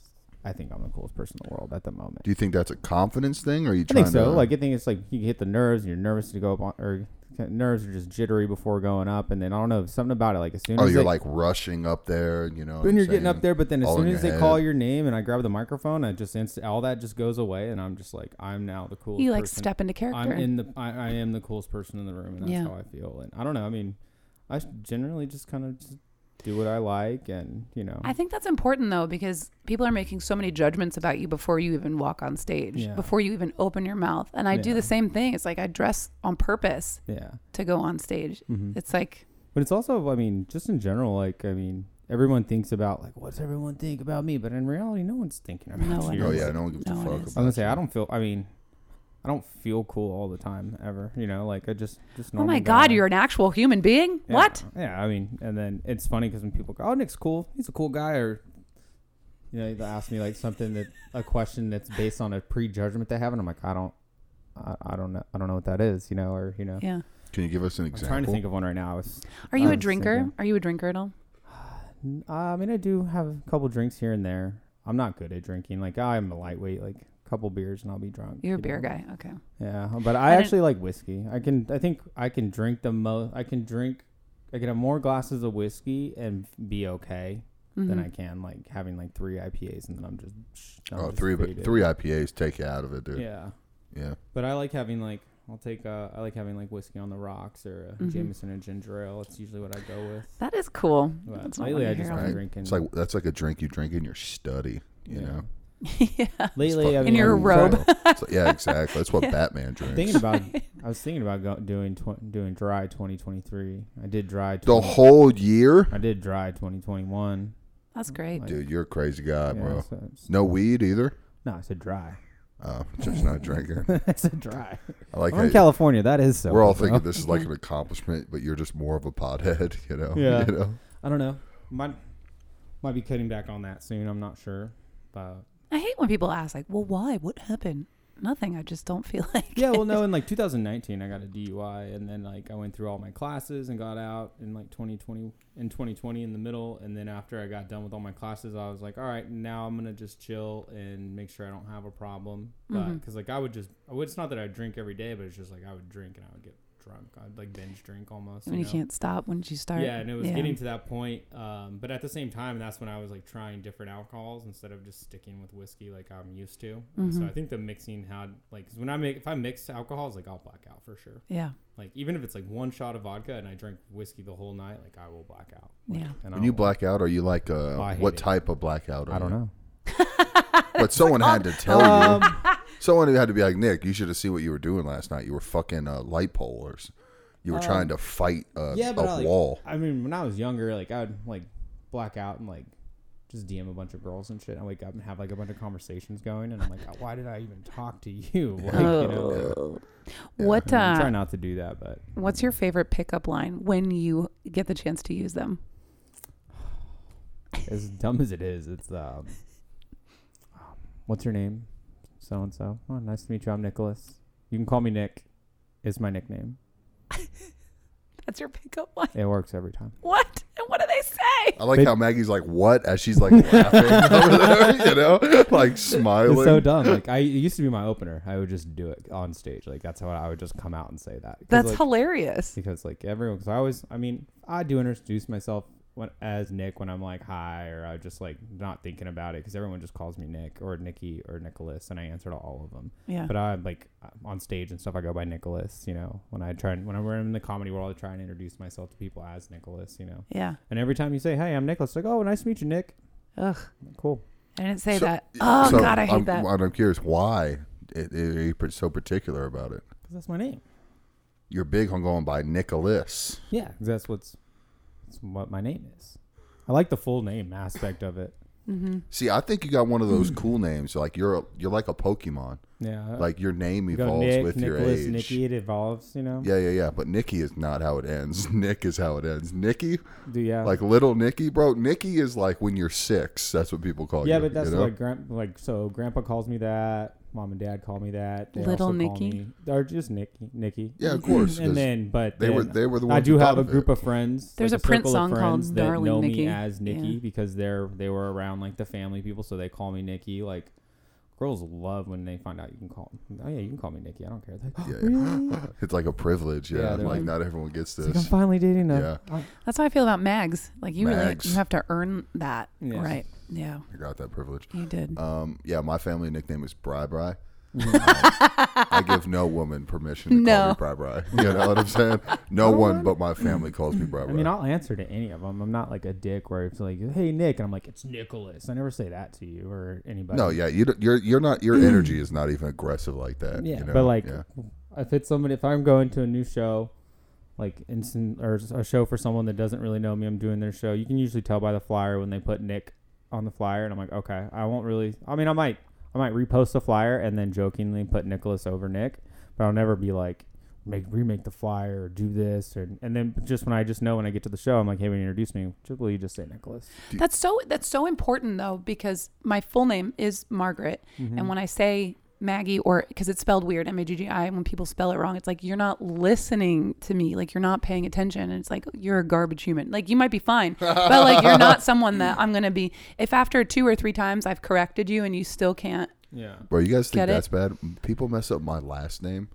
Speaker 4: I think I'm the coolest person in the world at the moment.
Speaker 6: Do you think that's a confidence thing, or are you
Speaker 4: I
Speaker 6: trying
Speaker 4: think so.
Speaker 6: to
Speaker 4: Like I think it's like you hit the nerves, and you're nervous to go up on, or nerves are just jittery before going up, and then I don't know something about it. Like as soon
Speaker 6: Oh,
Speaker 4: as
Speaker 6: you're
Speaker 4: they-
Speaker 6: like rushing up there, you know. what
Speaker 4: when
Speaker 6: I'm
Speaker 4: you're getting
Speaker 6: saying?
Speaker 4: up there, but then as
Speaker 6: All in
Speaker 4: soon
Speaker 6: your
Speaker 4: as they
Speaker 6: head.
Speaker 4: call your name and I grab the microphone, I just inst- all that just goes away, and I'm just like I'm now the coolest.
Speaker 5: you like
Speaker 4: person.
Speaker 5: step into character
Speaker 4: I'm in the I, I am the coolest person in the room, and that's
Speaker 5: Yeah.
Speaker 4: how I feel. And I don't know. I mean, I s- generally just kind of just do what I like, and you know,
Speaker 5: I think that's important though because people are making so many judgments about you before you even walk on stage,
Speaker 4: Yeah.
Speaker 5: before you even open your mouth. And I do
Speaker 4: Yeah.
Speaker 5: the same thing. It's like I dress on purpose
Speaker 4: yeah. Mm-hmm.
Speaker 5: to go on stage. It's like
Speaker 4: But it's also, I mean, just in general, like, I mean, everyone thinks about, like, what's everyone think about me? But in reality, no one's thinking about
Speaker 5: No one
Speaker 4: you.
Speaker 5: is.
Speaker 6: Oh yeah, no one gives
Speaker 5: No
Speaker 6: a
Speaker 5: one
Speaker 6: fuck
Speaker 5: is.
Speaker 6: about.
Speaker 4: I'm gonna say
Speaker 6: you.
Speaker 4: I don't feel. I mean, I don't feel cool all the time ever. You know, like I just just.
Speaker 5: Oh my
Speaker 4: normal
Speaker 5: God,
Speaker 4: guy.
Speaker 5: you're an actual human being?
Speaker 4: Yeah.
Speaker 5: What?
Speaker 4: Yeah, I mean, and then it's funny because when people go, "Oh, Nick's cool. He's a cool guy," or you know, they ask me like something that a question that's based on a prejudgment they have, and I'm like, I don't, I, I don't know, I don't know what that is, you know, or you know,
Speaker 5: Yeah.
Speaker 6: Can you give us an
Speaker 4: I'm
Speaker 6: example?
Speaker 4: trying to think of one right now. I was,
Speaker 5: Are you
Speaker 4: I
Speaker 5: a
Speaker 4: was
Speaker 5: drinker?
Speaker 4: thinking-
Speaker 5: Are you a drinker at all?
Speaker 4: I mean, I do have a couple drinks here and there. I'm not good at drinking. Like I'm a lightweight. Like a couple beers and I'll be drunk.
Speaker 5: You're a
Speaker 4: you
Speaker 5: beer
Speaker 4: know?
Speaker 5: guy. Okay.
Speaker 4: Yeah, but I,
Speaker 5: I
Speaker 4: actually like whiskey. I can. I think I can drink the most. I can drink. I can have more glasses of whiskey and be okay
Speaker 5: Mm-hmm.
Speaker 4: than I can like having like three IPAs and then I'm just. I'm
Speaker 6: Oh,
Speaker 4: just
Speaker 6: three, but
Speaker 4: faded.
Speaker 6: three IPAs take you out of it, dude. Yeah.
Speaker 4: Yeah, but I like having like. I'll take uh, I like having like whiskey on the rocks or a
Speaker 5: Mm-hmm.
Speaker 4: Jameson and ginger ale. It's usually what I go with.
Speaker 5: That is cool.
Speaker 4: But
Speaker 5: That's not
Speaker 4: lately,
Speaker 5: what
Speaker 4: I
Speaker 5: I
Speaker 4: just
Speaker 5: hear.
Speaker 4: been
Speaker 6: Right?
Speaker 4: drinking.
Speaker 6: It's like that's like a drink you drink in your study. You
Speaker 4: Yeah.
Speaker 6: know,
Speaker 5: yeah.
Speaker 4: lately, I
Speaker 6: fucking
Speaker 4: mean,
Speaker 5: your
Speaker 4: I'm
Speaker 6: cool.
Speaker 5: robe.
Speaker 6: It's like- yeah, exactly. That's what Batman drinks.
Speaker 4: Thinking about, I was thinking about go, doing tw- doing dry 2023. I did dry. 20,
Speaker 6: the whole year,
Speaker 4: I did dry 2021.
Speaker 5: That's great.
Speaker 6: dude. You're a crazy guy,
Speaker 4: Yeah,
Speaker 6: bro.
Speaker 4: so it's-
Speaker 6: No weed either.
Speaker 4: no, I said dry.
Speaker 6: Uh, just not drinking.
Speaker 4: I said dry.
Speaker 6: I like
Speaker 4: I'm
Speaker 6: how
Speaker 4: from
Speaker 6: you-
Speaker 4: California. That is so.
Speaker 6: we're all
Speaker 4: bro.
Speaker 6: thinking this is like an accomplishment, but you're just more of a pothead. You know.
Speaker 4: Yeah.
Speaker 6: You know?
Speaker 4: I don't know. Might might be cutting back on that soon. I'm not sure. But
Speaker 5: I hate when people ask, like, well, why? What happened? Nothing. I just don't feel like.
Speaker 4: yeah,
Speaker 5: it.
Speaker 4: well, no. In like 2019, I got a DUI, and then like I went through all my classes and got out in like 2020 in 2020 in the middle, and then after I got done with all my classes, I was like, all right, now I'm gonna just chill and make sure I don't have a problem. Because
Speaker 5: Mm-hmm.
Speaker 4: like I would just, I would, it's not that I drink every day, but it's just like I would drink and I would get drunk. I'd like binge drink almost.
Speaker 5: When you
Speaker 4: know?
Speaker 5: can't stop once you start.
Speaker 4: Yeah, and it was getting to that point. Um, but at the same time, that's when I was like trying different alcohols instead of just sticking with whiskey like I'm used to. And So I think the mixing had like 'cause when I make if I mix alcohols, like I'll black out for sure.
Speaker 5: Yeah.
Speaker 4: Like even if it's like one shot of vodka and I drink whiskey the whole night, like I will black out. Like,
Speaker 5: Yeah.
Speaker 4: and
Speaker 6: When you
Speaker 4: I'll-
Speaker 6: black out, are you like uh,
Speaker 4: Oh, I hate
Speaker 6: what
Speaker 4: it.
Speaker 6: type of blackout? Are
Speaker 4: I don't
Speaker 6: you?
Speaker 4: know. um,
Speaker 6: But someone had to tell you. Someone had to be like, Nick, you should have seen what you were doing last night. You were fucking uh, light polars. You were trying to fight a,
Speaker 4: Uh, yeah, but
Speaker 6: a
Speaker 4: I, like,
Speaker 6: wall.
Speaker 4: I mean, when I was younger, like I would like black out and like just DM a bunch of girls and shit. I wake up and have like a bunch of conversations going, and I'm like, why did I even talk to you? Like, you know, like,
Speaker 5: What
Speaker 4: I try
Speaker 5: uh,
Speaker 4: not to do that, but
Speaker 5: What's your favorite pickup line when you get the chance to use them?
Speaker 4: as dumb as it is, it's um, what's your name? So and so. Oh, nice to meet you. I'm Nicholas. You can call me Nick. Is my nickname.
Speaker 5: That's your pickup line.
Speaker 4: It works every time.
Speaker 5: What? And what do they say?
Speaker 6: I like
Speaker 4: They-
Speaker 6: how Maggie's like, what? As she's like laughing over there, you know? Like smiling.
Speaker 4: It's so dumb. Like I it used to be my opener. I would just do it on stage. Like that's how I would just come out and say that. 'Cause,
Speaker 5: That's
Speaker 4: like,
Speaker 5: hilarious.
Speaker 4: because like everyone. Because I always. I mean, I do introduce myself when, as Nick when I'm like hi, or I just like not thinking about it because everyone just calls me Nick or Nikki or Nicholas, and I answer to all of them.
Speaker 5: Yeah.
Speaker 4: But I'm like on stage and stuff. I go by Nicholas. You know, when I try and when I'm in the comedy world, I try and introduce myself to people as Nicholas. You know,
Speaker 5: Yeah.
Speaker 4: and every time you say, "Hey, I'm Nicholas," like, "Oh, nice to meet you, Nick."
Speaker 5: Ugh.
Speaker 4: Cool.
Speaker 5: I didn't say
Speaker 6: So-
Speaker 5: that. Oh
Speaker 6: so
Speaker 5: God, I hate
Speaker 6: I'm,
Speaker 5: that.
Speaker 6: And I'm curious, why it- it- are you pr- so particular about it?
Speaker 4: Because that's my name.
Speaker 6: You're big on going by Nicholas.
Speaker 4: Yeah, 'cause that's what's that's what my name is. I like the full name aspect of it.
Speaker 6: See, I think you got one of those
Speaker 5: Hmm.
Speaker 6: cool names. Like you're a, you're like a Pokemon.
Speaker 4: Yeah.
Speaker 6: Like your name
Speaker 4: you go
Speaker 6: evolves
Speaker 4: Nick,
Speaker 6: with your
Speaker 4: Nicholas,
Speaker 6: age.
Speaker 4: Nikki. It evolves. You know.
Speaker 6: Yeah, yeah, yeah. But Nikki is not how it ends. Nick is how it ends. Nikki,
Speaker 4: Do yeah.
Speaker 6: like little Nikki, bro. Nikki is like when you're six. That's what people call
Speaker 4: yeah,
Speaker 6: you.
Speaker 4: but that's
Speaker 6: you know?
Speaker 4: like grand, like so. Grandpa calls me that. Mom and Dad call me that. They
Speaker 5: Little
Speaker 4: also call
Speaker 5: Nikki?
Speaker 4: me- or just Nikki. Nikki.
Speaker 6: yeah, of course. 'cause
Speaker 4: and then but
Speaker 6: they were-
Speaker 4: then
Speaker 6: they were the
Speaker 4: I
Speaker 6: ones
Speaker 4: do
Speaker 6: who
Speaker 4: have
Speaker 6: thought
Speaker 4: a
Speaker 6: of
Speaker 4: group
Speaker 6: it.
Speaker 4: of friends.
Speaker 5: There's
Speaker 4: like
Speaker 5: a Prince
Speaker 4: circle of
Speaker 5: song called
Speaker 4: friends that
Speaker 5: Darling
Speaker 4: know me
Speaker 5: Nikki.
Speaker 4: as Nikki
Speaker 5: Yeah.
Speaker 4: because they're they were around like the family people, so they call me Nikki. Like girls love when they find out you can call. Oh yeah, you can call me Nikki. I don't care. They're like,
Speaker 6: yeah, yeah. it's like a privilege. Yeah,
Speaker 4: Yeah,
Speaker 6: like,
Speaker 4: they're like-
Speaker 6: not everyone gets
Speaker 4: It's like, I'm
Speaker 6: this.
Speaker 4: finally dating a.
Speaker 6: Yeah.
Speaker 4: I-
Speaker 5: That's how I feel about mags. Like you
Speaker 6: Mags.
Speaker 5: really you have to earn that.
Speaker 4: Yeah.
Speaker 5: Right. Yeah.
Speaker 6: I got that privilege.
Speaker 5: You did.
Speaker 6: Um, yeah, my family nickname is Bri Bri. Um, I give no woman permission to
Speaker 5: Mm-hmm. No.
Speaker 6: call me Bri Bri. You know what I'm saying? No one but my family calls me Bri
Speaker 4: I
Speaker 6: Bri.
Speaker 4: mean, I'll answer to any of them. I'm not like a dick where it's like, "Hey Nick," and I'm like, "It's Nicholas." I never say that to you or anybody.
Speaker 6: no, yeah, you don't- you're you're not your
Speaker 5: Mm.
Speaker 6: energy is not even aggressive like that.
Speaker 4: Yeah,
Speaker 6: you know?
Speaker 4: but like,
Speaker 6: Yeah.
Speaker 4: if it's somebody, if I'm going to a new show, like instant or s- a show for someone that doesn't really know me. I'm doing their show. You can usually tell by the flyer when they put Nick on the flyer, and I'm like, okay, I won't really. I mean, I might, I might repost the flyer and then jokingly put Nicholas over Nick, but I'll never be like. Make, remake the flyer or do this and, and then just when I just know when I get to the show I'm like hey when you introduce me just will you just say Nicholas
Speaker 5: That's so that's so important though because my full name is Margaret, and when I say Maggie or because it's spelled weird M A G G I when people spell it wrong, it's like you're not listening to me, like you're not paying attention, and it's like you're a garbage human. Like you might be fine, but like you're not someone that I'm gonna be. If after two or three times I've corrected you and you still can't,
Speaker 4: yeah
Speaker 6: Bro, you guys think
Speaker 5: Get it?
Speaker 6: that's bad? People mess up my last name,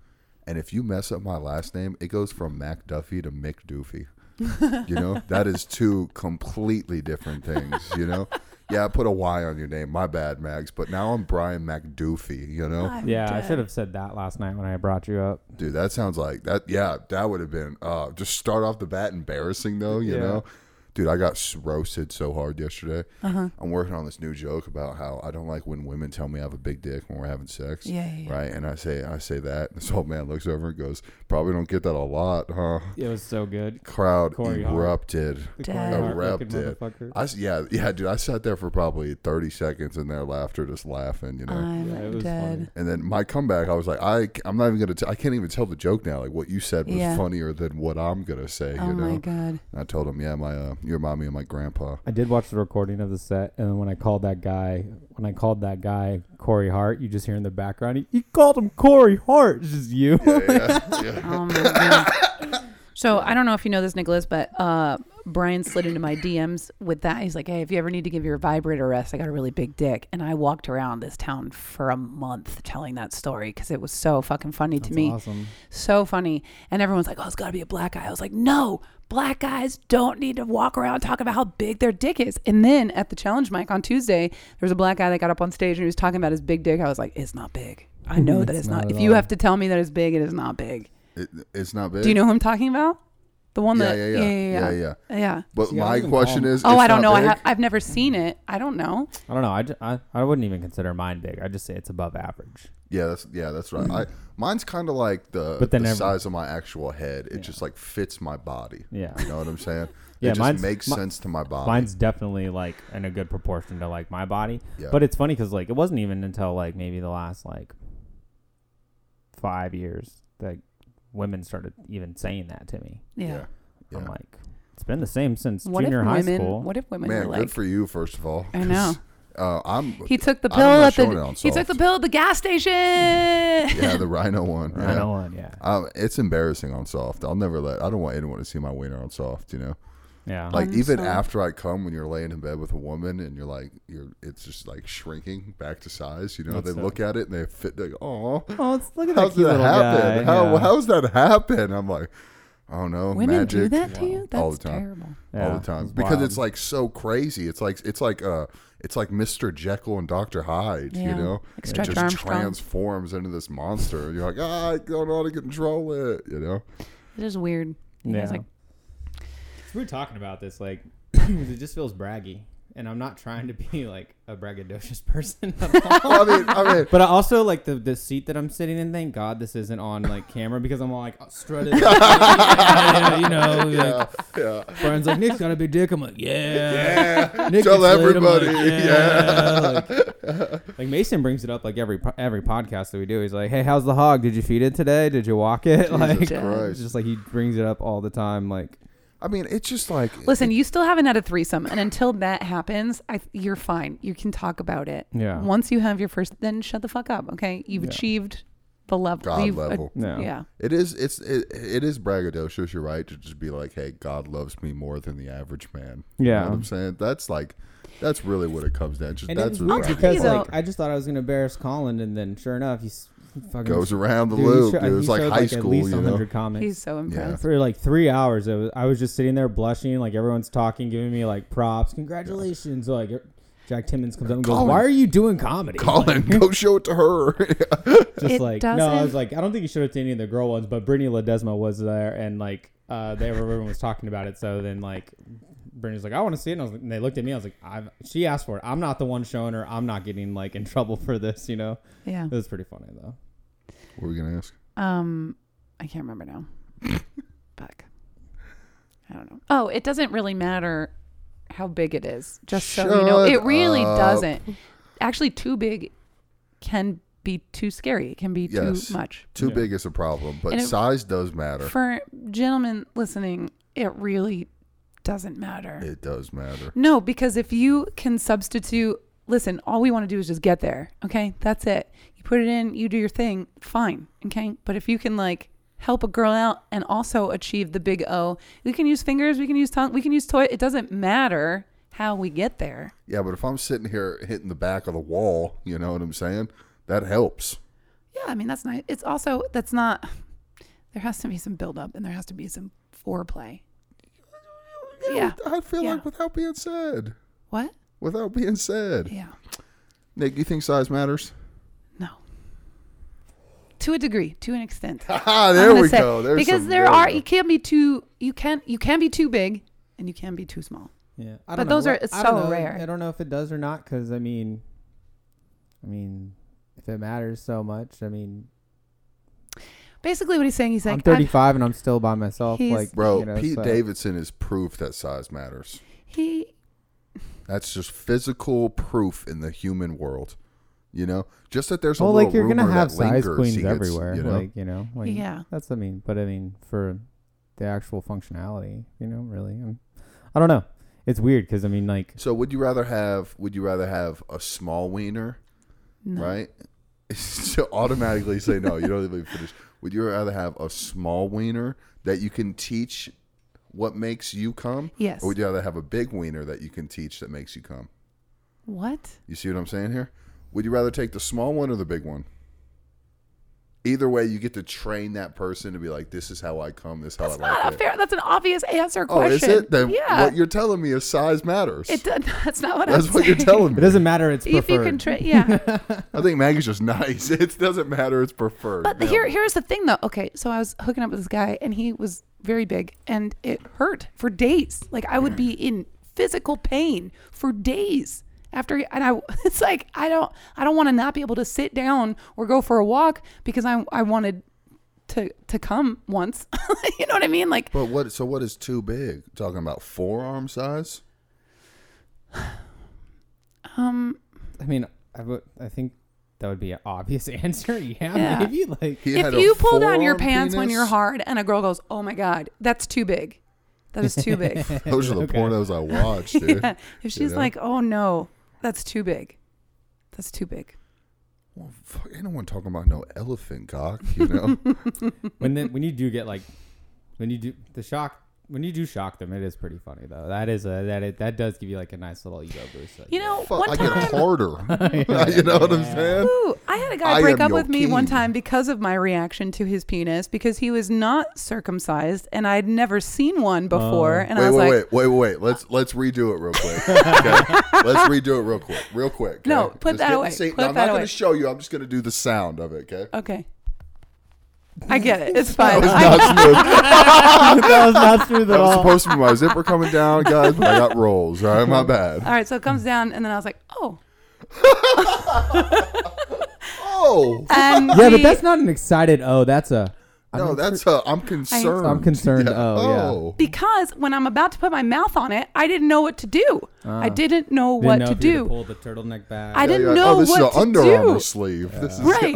Speaker 6: and if you mess up my last name, it goes from MacDuffie to McDoofy. you know, that is two completely different things. You know, yeah, I put a Y on your name. My bad, Mags. But now I'm Brian MacDoofy. You know,
Speaker 5: I'm
Speaker 4: yeah I
Speaker 5: dead.
Speaker 4: should have said that last night when I brought you up
Speaker 6: dude, that sounds like that. Yeah, that would have been uh, just start off the bat embarrassing though. You
Speaker 4: Yeah.
Speaker 6: know, dude, I got s- roasted so hard yesterday.
Speaker 5: Uh-huh.
Speaker 6: I'm working on this new joke about how I don't like when women tell me I have a big dick when we're having sex.
Speaker 5: Yeah, yeah, yeah.
Speaker 6: Right, and I say I say that. This old man looks over and goes, "Probably don't get that a lot, huh?"
Speaker 4: it was so good
Speaker 6: Crowd
Speaker 4: Corey Hart.
Speaker 6: erupted.
Speaker 4: The
Speaker 5: Dad.
Speaker 4: Corey Hart looking
Speaker 6: Erupted.
Speaker 4: motherfucker.
Speaker 6: Oh, I s- yeah yeah dude. I sat there for probably 30 seconds in their laughter, just laughing. You know.
Speaker 5: I'm
Speaker 4: Yeah, it was
Speaker 5: dead.
Speaker 4: funny.
Speaker 6: And then my comeback, I was like, I, I'm not even gonna, t- I can't even tell the joke now. Like what you said was
Speaker 5: Yeah.
Speaker 6: funnier than what I'm gonna say.
Speaker 5: Oh
Speaker 6: you know.
Speaker 5: my god.
Speaker 6: And I told him, yeah, my, uh, your mommy and my grandpa.
Speaker 4: I did watch the recording of the set, and then when I called that guy, when I called that guy Corey Hart, you just hear in the background, he, he called him Corey Hart. It's just you.
Speaker 5: Oh my god. So I don't know if you know this, Nicholas, but uh, Brian slid into my DMs with that. He's like, "Hey, if you ever need to give your vibrator a rest, I got a really big dick." And I walked around this town for a month telling that story because it was so fucking funny to me,
Speaker 4: awesome.
Speaker 5: so funny. And everyone's like, "Oh, it's got to be a black guy." I was like, "No, black guys don't need to walk around talking about how big their dick is." And then at the challenge mic on Tuesday, there was a black guy that got up on stage and he was talking about his big dick. I was like, "It's not big. I know that
Speaker 4: It's
Speaker 5: it's not.
Speaker 4: not at
Speaker 5: if you
Speaker 4: all.
Speaker 5: have to tell me that it's big, it is not big."
Speaker 6: It, it's not big.
Speaker 5: Do you know who I'm talking about? The one
Speaker 6: Yeah,
Speaker 5: that
Speaker 6: yeah, yeah, yeah, yeah.
Speaker 5: yeah.
Speaker 6: But
Speaker 4: I
Speaker 6: my
Speaker 4: wouldn't
Speaker 6: question
Speaker 4: call him-
Speaker 6: is,
Speaker 5: Oh,
Speaker 6: it's
Speaker 5: I don't know.
Speaker 6: not
Speaker 5: I
Speaker 6: big?
Speaker 5: ha- I've never seen it. I don't know.
Speaker 4: I don't know. I, ju- I, I wouldn't even consider mine big. I just say it's above average.
Speaker 6: yeah, that's yeah, that's right. I, mine's kind of like the,
Speaker 4: But then
Speaker 6: the
Speaker 4: every-
Speaker 6: size of my actual head. It just like fits my body.
Speaker 4: Yeah.
Speaker 6: you know what I'm saying?
Speaker 4: Yeah,
Speaker 6: it just
Speaker 4: mine's-
Speaker 6: makes
Speaker 4: mi-
Speaker 6: sense to my body.
Speaker 4: Mine's definitely like in a good proportion to like my body.
Speaker 6: Yeah.
Speaker 4: But it's funny because like it wasn't even until like maybe the last like five years that women started even saying that to me.
Speaker 5: Yeah.
Speaker 6: yeah,
Speaker 4: I'm
Speaker 6: Yeah.
Speaker 4: like, it's been the same since
Speaker 5: What if
Speaker 4: junior high
Speaker 5: women?
Speaker 4: school.
Speaker 5: What if women
Speaker 6: man,
Speaker 5: were like?
Speaker 6: good for you, first of all.
Speaker 5: I know.
Speaker 6: 'cause, Uh, I'm.
Speaker 5: He took the
Speaker 6: I'm
Speaker 5: pill
Speaker 6: not
Speaker 5: at
Speaker 6: showing it
Speaker 5: the.
Speaker 6: on
Speaker 5: He took the
Speaker 6: soft.
Speaker 5: pill at the gas station.
Speaker 6: Yeah, the Rhino one.
Speaker 4: I know one, yeah.
Speaker 6: Um, it's embarrassing on soft. I'll never let. I don't want anyone to see my wiener on soft. You know,
Speaker 4: Yeah.
Speaker 6: like
Speaker 5: On
Speaker 6: even
Speaker 5: soft.
Speaker 6: after I come, when you're laying in bed with a woman and you're like, you're, it's just like shrinking back to size. You know,
Speaker 4: That's
Speaker 6: they
Speaker 4: it.
Speaker 6: look at it and they fit. They go, oh,
Speaker 4: Oh, it's, look at that
Speaker 6: how's
Speaker 4: cute
Speaker 6: that
Speaker 4: little guy.
Speaker 6: happen? How
Speaker 4: yeah.
Speaker 6: how's that happen? I'm like, I don't know.
Speaker 5: women
Speaker 6: magic.
Speaker 5: do that to you? That's
Speaker 6: all the time.
Speaker 5: terrible.
Speaker 6: All
Speaker 4: Yeah,
Speaker 6: the time
Speaker 4: it's
Speaker 6: because
Speaker 4: wild.
Speaker 6: it's like so crazy. It's like it's like uh it's like Mr. Jekyll and Dr. Hyde. You
Speaker 5: Yeah.
Speaker 6: know,
Speaker 5: Like
Speaker 6: it
Speaker 5: Stretch
Speaker 6: just
Speaker 5: Armstrong.
Speaker 6: transforms into this monster. You're like, ah, I don't know how to control it. You know,
Speaker 5: It is weird. You guys,
Speaker 4: Yeah.
Speaker 5: like,
Speaker 4: we were talking about this like it just feels braggy and i'm not trying to be like a braggadocious person at all
Speaker 6: I mean, I mean,
Speaker 4: but I also like the the seat that i'm sitting in thank god this isn't on like camera because i'm all like strutted Yeah, you know like,
Speaker 6: yeah.
Speaker 4: brian's like nick's got a big dick i'm like yeah,
Speaker 6: Yeah.
Speaker 4: Nick
Speaker 6: Tell
Speaker 4: gets laid, I'm like,
Speaker 6: everybody.
Speaker 4: yeah. Like, like, mason brings it up like every po- every podcast that we do he's like hey how's the hog did you feed it today did you walk it like
Speaker 6: Christ.
Speaker 4: just like he brings it up all the time like
Speaker 6: I mean, it's just like
Speaker 5: Listen, you still haven't had a threesome, and until that happens, I, you're fine. You can talk about it.
Speaker 4: Yeah.
Speaker 5: Once you have your first, then shut the fuck up. Okay. You've achieved the level.
Speaker 6: God
Speaker 5: you've-
Speaker 6: level.
Speaker 4: Yeah.
Speaker 5: Yeah.
Speaker 6: it is. It's it, it is braggadocious. You're right to just be like, hey, God loves me more than the average man. you
Speaker 4: Yeah.
Speaker 6: know what I'm saying that's like, that's really what it comes down to.
Speaker 4: And
Speaker 6: that's
Speaker 4: it was
Speaker 6: what
Speaker 4: weird
Speaker 5: tell
Speaker 4: because
Speaker 5: you
Speaker 4: like
Speaker 5: though-
Speaker 4: I just thought I was gonna embarrass Colin, and then sure enough, he s- he fucking
Speaker 6: goes around the
Speaker 4: Dude, he
Speaker 6: loop.
Speaker 4: sho-
Speaker 6: dude. It's
Speaker 4: he
Speaker 6: like
Speaker 4: showed,
Speaker 6: high school.
Speaker 4: At least
Speaker 6: you know?
Speaker 4: 100 comments
Speaker 5: He's so impressed.
Speaker 6: Yeah.
Speaker 4: for like three hours. It was, I was just sitting there blushing, like everyone's talking, giving me like props, congratulations. Like Jack Timmons comes up and goes,
Speaker 6: Colin.
Speaker 4: "Why are you doing comedy?"
Speaker 6: Colin, go show it to her.
Speaker 4: just
Speaker 5: It
Speaker 4: like no, I
Speaker 5: doesn't-
Speaker 4: was like, I don't think he showed it to any of the girl ones, but Brittany Ledesma was there, and like uh, they everyone was talking about it. So then like Brittany's like, I want to see it, and, I was, and they looked at me. I was like, I've, she asked for it. I'm not the one showing her. I'm not getting like in trouble for this, you know.
Speaker 5: Yeah.
Speaker 4: It was pretty funny though.
Speaker 6: What were we gonna ask?
Speaker 5: Um, I can't remember now. Fuck. I don't know. Oh, it doesn't really matter how big it is. Just so you know,
Speaker 6: Shut
Speaker 5: it really
Speaker 6: up.
Speaker 5: doesn't. Actually, too big can be too scary. It can be
Speaker 6: Yes.
Speaker 5: too much.
Speaker 6: Too big is a problem, but
Speaker 5: And it-
Speaker 6: size does matter.
Speaker 5: For gentlemen listening, it really doesn't matter.
Speaker 6: it does matter.
Speaker 5: No, because if you can substitute, listen, all we want to do is just get there. Okay. That's it. You put it in, you do your thing, fine. Okay. But if you can like help a girl out and also achieve the big O, we can use fingers, we can use tongue, we can use toy. It doesn't matter how we get there.
Speaker 6: Yeah, but if I'm sitting here hitting the back of the wall, you know what I'm saying? That helps.
Speaker 5: Yeah. I mean, that's nice. It's also, that's not, there has to be some buildup and there has to be some foreplay. Yeah.
Speaker 6: I feel
Speaker 5: Yeah.
Speaker 6: like without being said,
Speaker 5: What?
Speaker 6: without being said,
Speaker 5: Yeah.
Speaker 6: Nick, you think size matters?
Speaker 5: No. To a degree, to an extent.
Speaker 6: Ah,
Speaker 5: I'm
Speaker 6: there
Speaker 5: gonna
Speaker 6: we
Speaker 5: say,
Speaker 6: go. There's
Speaker 5: because
Speaker 6: some-
Speaker 5: there
Speaker 6: we
Speaker 5: are
Speaker 6: go.
Speaker 5: you can't be too you can't you can be too big and you can be too small.
Speaker 4: Yeah,
Speaker 5: But
Speaker 4: I don't know.
Speaker 5: those are-
Speaker 4: What-
Speaker 5: it's
Speaker 4: I don't
Speaker 5: so
Speaker 4: know.
Speaker 5: rare.
Speaker 4: I don't know if it does or not because I mean, I mean, if it matters so much, I mean,
Speaker 5: Basically, what he's saying, he's like,
Speaker 4: I'm
Speaker 5: I've-
Speaker 4: 35 and I'm still by myself.
Speaker 5: He's-
Speaker 4: Like,
Speaker 6: Bro,
Speaker 4: you know, uh,
Speaker 6: Pete
Speaker 4: so-
Speaker 6: Davidson is proof that size matters.
Speaker 5: he
Speaker 6: That's just physical proof in the human world. You know, just that there's a
Speaker 4: Well,
Speaker 6: little
Speaker 4: like you're gonna
Speaker 6: rumor
Speaker 4: have
Speaker 6: that
Speaker 4: size
Speaker 6: lingers,
Speaker 4: queens
Speaker 6: he gets,
Speaker 4: everywhere.
Speaker 6: You know,
Speaker 4: Like, you know, like,
Speaker 5: Yeah.
Speaker 4: That's I mean, but I mean for the actual functionality, you know, really, I'm, I don't know. It's weird because I mean, like,
Speaker 6: so would you rather have? Would you rather have a small wiener,
Speaker 5: No.
Speaker 6: right? to automatically say no, you don't even finish. Would you rather have a small wiener that you can teach what makes you come?
Speaker 5: Yes.
Speaker 6: Or would you rather have a big wiener that you can teach that makes you come?
Speaker 5: what?
Speaker 6: You see what I'm saying here? Would you rather take the small one or the big one? Either way, you get to train that person to be like, "This is how I come. This is how
Speaker 5: That's
Speaker 6: I like
Speaker 5: not a
Speaker 6: it."
Speaker 5: fair. That's an obvious answer
Speaker 6: oh, is
Speaker 5: question.
Speaker 6: it? Then
Speaker 5: yeah.
Speaker 6: what you're telling me is size matters.
Speaker 5: it does. That's not what.
Speaker 6: That's
Speaker 5: I'm
Speaker 6: what you're
Speaker 5: saying.
Speaker 6: telling
Speaker 4: it
Speaker 6: me.
Speaker 4: doesn't matter. It's
Speaker 5: If you
Speaker 4: preferred.
Speaker 5: can, tra- yeah.
Speaker 6: I think Maggie's just nice. It doesn't matter. It's preferred.
Speaker 5: But
Speaker 6: Now,
Speaker 5: here, here's the thing, though. Okay, so I was hooking up with this guy, and he was very big, and it hurt for days. Like I would
Speaker 6: Mm.
Speaker 5: be in physical pain for days after. And I, it's like I don't, I don't want to not be able to sit down or go for a walk because I, I wanted to to come once. you know what I mean? Like
Speaker 6: But what? So what is too big? Talking about forearm size?
Speaker 4: I mean, I would. I think that would be an obvious answer. Yeah,
Speaker 5: Yeah.
Speaker 4: maybe like.
Speaker 6: He had
Speaker 5: if
Speaker 6: a
Speaker 5: you pull down your
Speaker 6: forearm
Speaker 5: pants when
Speaker 6: penis?
Speaker 5: you're hard, and a girl goes, "Oh my god, that's too big," that is too big.
Speaker 6: those are the pornos I watched, dude.
Speaker 5: yeah. If she's
Speaker 6: know?
Speaker 5: like, "Oh no, that's too big," that's too big.
Speaker 6: Well, fuck, ain't no one talking about no elephant cock, you know?
Speaker 4: when then when you do get like when you do the shock when you do shock them it is pretty funny though that is a that it that does give you like a nice little ego boost like,
Speaker 5: You know,
Speaker 6: Fuck,
Speaker 5: one
Speaker 6: I
Speaker 5: time,
Speaker 6: get harder. you know what I'm saying?
Speaker 5: Ooh, I had a guy
Speaker 6: I
Speaker 5: break
Speaker 6: am
Speaker 5: up
Speaker 6: your
Speaker 5: with me one
Speaker 6: king.
Speaker 5: time because of my reaction to his penis because he was not circumcised and I'd never seen
Speaker 4: Uh.
Speaker 5: one before, and I
Speaker 6: Wait,
Speaker 5: was
Speaker 6: wait,
Speaker 5: like,
Speaker 6: wait, wait, wait. Let's let's redo it real quick. Okay? let's redo it real quick, real quick. okay?
Speaker 5: No, put that
Speaker 6: get-
Speaker 5: away.
Speaker 6: see- no,
Speaker 5: Put
Speaker 6: I'm
Speaker 5: that
Speaker 6: not
Speaker 5: away.
Speaker 6: to show you. I'm just going to do the sound of it. Okay.
Speaker 5: "Okay, I get it. It's fine." I-
Speaker 6: Not smooth.
Speaker 4: that was not smooth at
Speaker 6: That was
Speaker 4: all
Speaker 6: supposed to be my zipper coming down, guys. But I got rolls. All right, my bad.
Speaker 5: all right, so it comes down, and then I was like, "Oh."
Speaker 6: Oh
Speaker 5: And
Speaker 4: yeah
Speaker 5: he-
Speaker 4: but that's not an excited oh that's a
Speaker 6: no, that's uh, I'm concerned.
Speaker 4: I'm concerned, oh, yeah.
Speaker 5: because when I'm about to put my mouth on it, I didn't know what to do. I didn't know what
Speaker 4: Ah. Didn't know
Speaker 5: to
Speaker 4: if you
Speaker 5: do.
Speaker 4: had pull the turtleneck back
Speaker 5: I didn't
Speaker 6: You're like,
Speaker 5: know
Speaker 6: oh, this
Speaker 5: what
Speaker 6: is an
Speaker 5: to
Speaker 6: Under Armour
Speaker 5: do.
Speaker 6: sleeve. This is
Speaker 5: right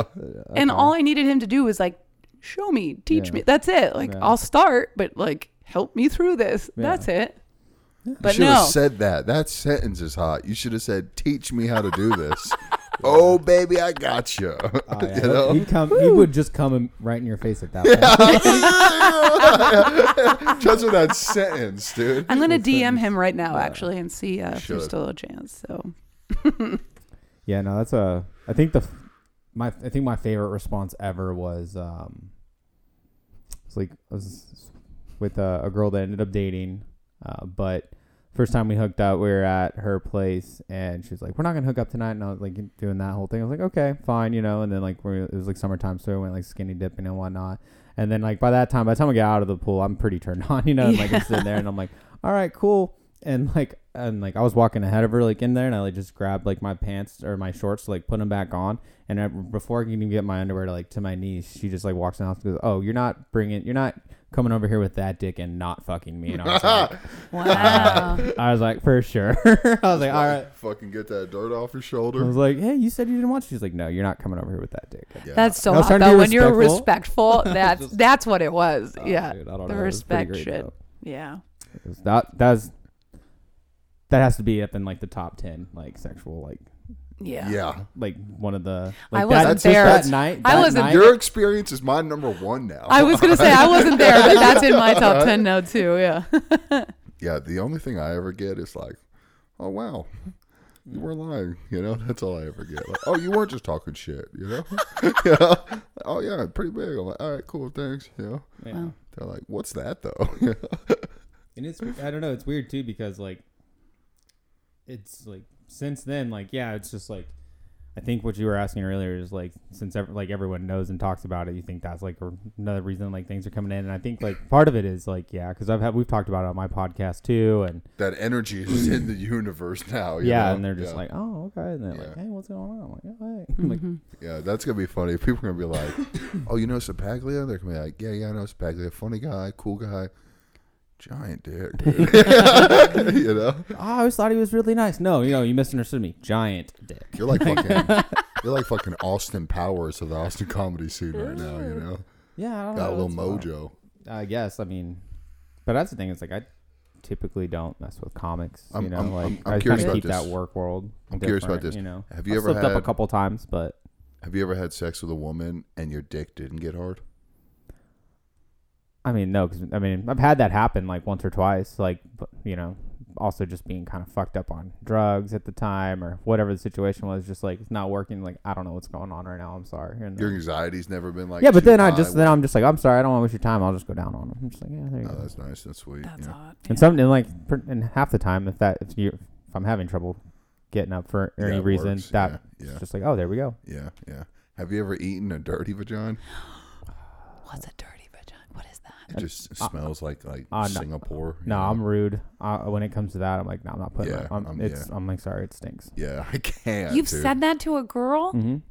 Speaker 5: and all i needed him to do was like show me teach me that's it like i'll start but like help me through this that's it but
Speaker 6: you should have
Speaker 5: no
Speaker 6: said that. That sentence is hot. You should have said, "Teach me how to do this." oh, baby, I got you. you know,
Speaker 4: he'd come Oh, he would just come in- right in your face at that point
Speaker 6: just with that sentence, dude.
Speaker 5: i'm gonna dm him right now actually and see uh, if there's
Speaker 6: should.
Speaker 5: still a chance so
Speaker 4: yeah no that's a I think the f- my I think my favorite response ever was um it's like I was with a, a girl that ended up dating uh, but first time we hooked up, we were at her place, and she was like, "We're not gonna hook up tonight." And I was like, doing that whole thing. I was like, "Okay, fine," you know. And then like, we it was like summertime, so we went like skinny dipping and whatnot. And then like by that time, by the time I get out of the pool, I'm pretty turned on, you know. And, like I'm sitting there, and I'm like, "All right, cool." And like, and like I was walking ahead of her, like in there, and I like just grabbed like my pants or my shorts, to, like put them back on. And I, before I can even get my underwear to like to my knees, she just like walks in the house and goes, "Oh, you're not bringing, you're not coming over here with that dick and not fucking me. And I was like,
Speaker 5: Wow.
Speaker 4: I was like for sure. I was like, all right.
Speaker 6: Fucking get that dirt off
Speaker 4: I
Speaker 6: your
Speaker 4: was
Speaker 6: shoulder.
Speaker 4: like, hey, you said you didn't watch. it." She's like, no, you're not coming over here with that dick.
Speaker 6: Yeah.
Speaker 5: That's so
Speaker 4: I was
Speaker 5: hot
Speaker 4: trying to
Speaker 5: though.
Speaker 4: be
Speaker 5: When you're
Speaker 4: respectful.
Speaker 5: respectful, that's that's what it was.
Speaker 4: Oh,
Speaker 5: yeah,
Speaker 4: dude, I don't
Speaker 5: the
Speaker 4: know. It was pretty
Speaker 5: respect
Speaker 4: great,
Speaker 5: shit.
Speaker 4: though.
Speaker 5: Yeah,
Speaker 4: It was- That that's that has to be up in like the top ten like sexual like
Speaker 5: yeah,
Speaker 6: yeah.
Speaker 4: like one of the
Speaker 5: I
Speaker 4: like
Speaker 5: wasn't
Speaker 4: that, just
Speaker 5: there.
Speaker 4: that night.
Speaker 5: I
Speaker 4: that
Speaker 5: wasn't
Speaker 4: night-
Speaker 6: Your experience is my number one now.
Speaker 5: I was gonna say I wasn't there, but that's in my top ten now too. Yeah,
Speaker 6: yeah, the only thing I ever get is like, oh wow, you were lying. You know, that's all I ever get. Like, oh, you weren't just talking shit. You know, you know? oh yeah, pretty big. I'm like, all right, cool, thanks. You know,
Speaker 4: Yeah.
Speaker 5: Um,
Speaker 6: they're like, what's that though? You know?
Speaker 4: And it's I don't know, it's weird too because like it's like since then like yeah, it's just like I think what you were asking earlier is like since ev- like everyone knows and talks about it, you think that's like r- another reason like things are coming in and I think like part of it is like yeah, cuz I've had we've talked about it on my podcast too and
Speaker 6: that energy is in the universe now. you
Speaker 4: yeah,
Speaker 6: know?
Speaker 4: and they're just
Speaker 6: Oh, Yeah.
Speaker 4: like, "Oh, okay." And they're like,
Speaker 6: Yeah. Mm-hmm.
Speaker 4: "Hey, what's going on?" I'm like, "Oh, hey." I'm like,
Speaker 6: Yeah, that's gonna be funny. People are gonna be like, "Oh, you know Sapaglia?" They're gonna be like, "Yeah, yeah, I know Sapaglia. Funny guy, cool guy, giant dick." dude." you know,
Speaker 4: "Oh, I always thought he was really nice. No, you know, you misunderstood me. Giant dick.
Speaker 6: you're like fucking, you're like fucking Austin Powers of the Austin comedy scene right now. You know,
Speaker 4: Yeah, I don't
Speaker 6: got a
Speaker 4: know,
Speaker 6: little
Speaker 4: that's wild.
Speaker 6: mojo.
Speaker 4: I guess. I mean, but that's the thing. It's like I typically don't mess with comics. You
Speaker 6: I'm-
Speaker 4: know,
Speaker 6: I'm-
Speaker 4: like
Speaker 6: I'm- I'm
Speaker 4: i kind
Speaker 6: curious
Speaker 4: of
Speaker 6: about
Speaker 4: keep that
Speaker 6: this.
Speaker 4: work world.
Speaker 6: I'm curious about
Speaker 4: different,
Speaker 6: this.
Speaker 4: You know,
Speaker 6: Have you
Speaker 4: I
Speaker 6: ever
Speaker 4: slipped up
Speaker 6: had-
Speaker 4: a couple times? But
Speaker 6: Have you ever had sex with a woman and your dick didn't get hard?
Speaker 4: I mean, no, because I mean, I've had that happen like once or twice. Like, but, you know, also just being kind of fucked up on drugs at the time or whatever the situation was. Just like it's not working. Like I don't know what's going on right now. I'm sorry. And,
Speaker 6: Your anxiety's never been like.
Speaker 4: yeah, but
Speaker 6: too
Speaker 4: then I
Speaker 6: high.
Speaker 4: just then I'm just like I'm sorry. I don't want to waste your time. I'll just go down on him. I'm just like yeah, there you
Speaker 6: Oh,
Speaker 4: go.
Speaker 6: that's nice. That's sweet.
Speaker 5: that's
Speaker 6: yeah.
Speaker 5: hot.
Speaker 4: And some and like per- and half the time, if that if you if I'm having trouble getting up for
Speaker 6: Yeah,
Speaker 4: any
Speaker 6: it
Speaker 4: reason,
Speaker 6: works.
Speaker 4: that
Speaker 6: Yeah, yeah.
Speaker 4: it's just like oh there we go.
Speaker 6: yeah, yeah. Have you ever eaten a dirty vagina?
Speaker 5: What's a dirty vagina? What is that?
Speaker 6: It just smells like like
Speaker 4: uh, no.
Speaker 6: Singapore. you
Speaker 4: No,
Speaker 6: know?
Speaker 4: I'm rude. Uh, when it comes to that, I'm like no, I'm not putting.
Speaker 6: Yeah,
Speaker 4: my, I'm,
Speaker 6: I'm-
Speaker 4: it's I'm like sorry, it stinks.
Speaker 6: Yeah, I can't.
Speaker 5: You've
Speaker 6: dude.
Speaker 5: said that to a girl?
Speaker 4: Mhm.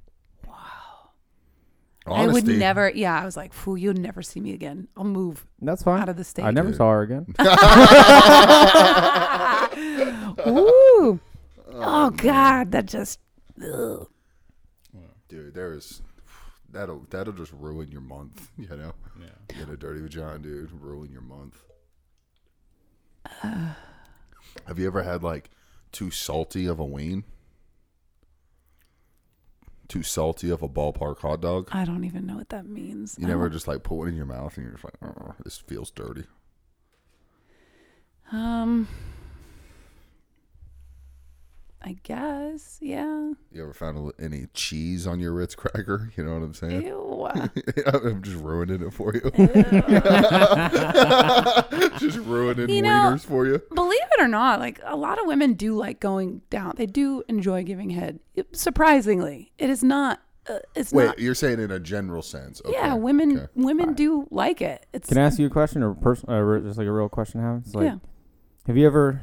Speaker 5: I would
Speaker 6: Honesty.
Speaker 5: never. Yeah, I was like, "Fool, you'll never see me again. I'll move."
Speaker 4: That's fine.
Speaker 5: Out of the
Speaker 4: I
Speaker 5: state.
Speaker 4: never saw her again.
Speaker 5: Ooh. Oh God, that just. Ugh.
Speaker 6: dude. There is that'll that'll just ruin your month. You know, yeah. Get a dirty vagina, dude. Ruin your month. Have you ever had like too salty of a ween? Too salty of a ballpark hot dog.
Speaker 5: I don't even know what that means.
Speaker 6: You
Speaker 5: I
Speaker 6: never just like put one in your mouth and you're just like, oh, this feels dirty.
Speaker 5: don't- Um. I guess. Yeah.
Speaker 6: You ever found a- any cheese on your Ritz cracker? You know what I'm saying?
Speaker 5: Ew.
Speaker 6: I'm just ruining it for you. just ruining
Speaker 5: You know-
Speaker 6: wieners for you.
Speaker 5: Believe it or not, like a lot of women do like going down. They do enjoy giving head. It- surprisingly, it is not. Uh, it's
Speaker 6: Wait,
Speaker 5: not.
Speaker 6: you're saying in a general sense? Okay.
Speaker 5: yeah, women
Speaker 6: okay.
Speaker 5: women do like it. It's
Speaker 4: Can I ask you a question or person uh, re- just like a real question? How it's like,
Speaker 5: yeah.
Speaker 4: have you ever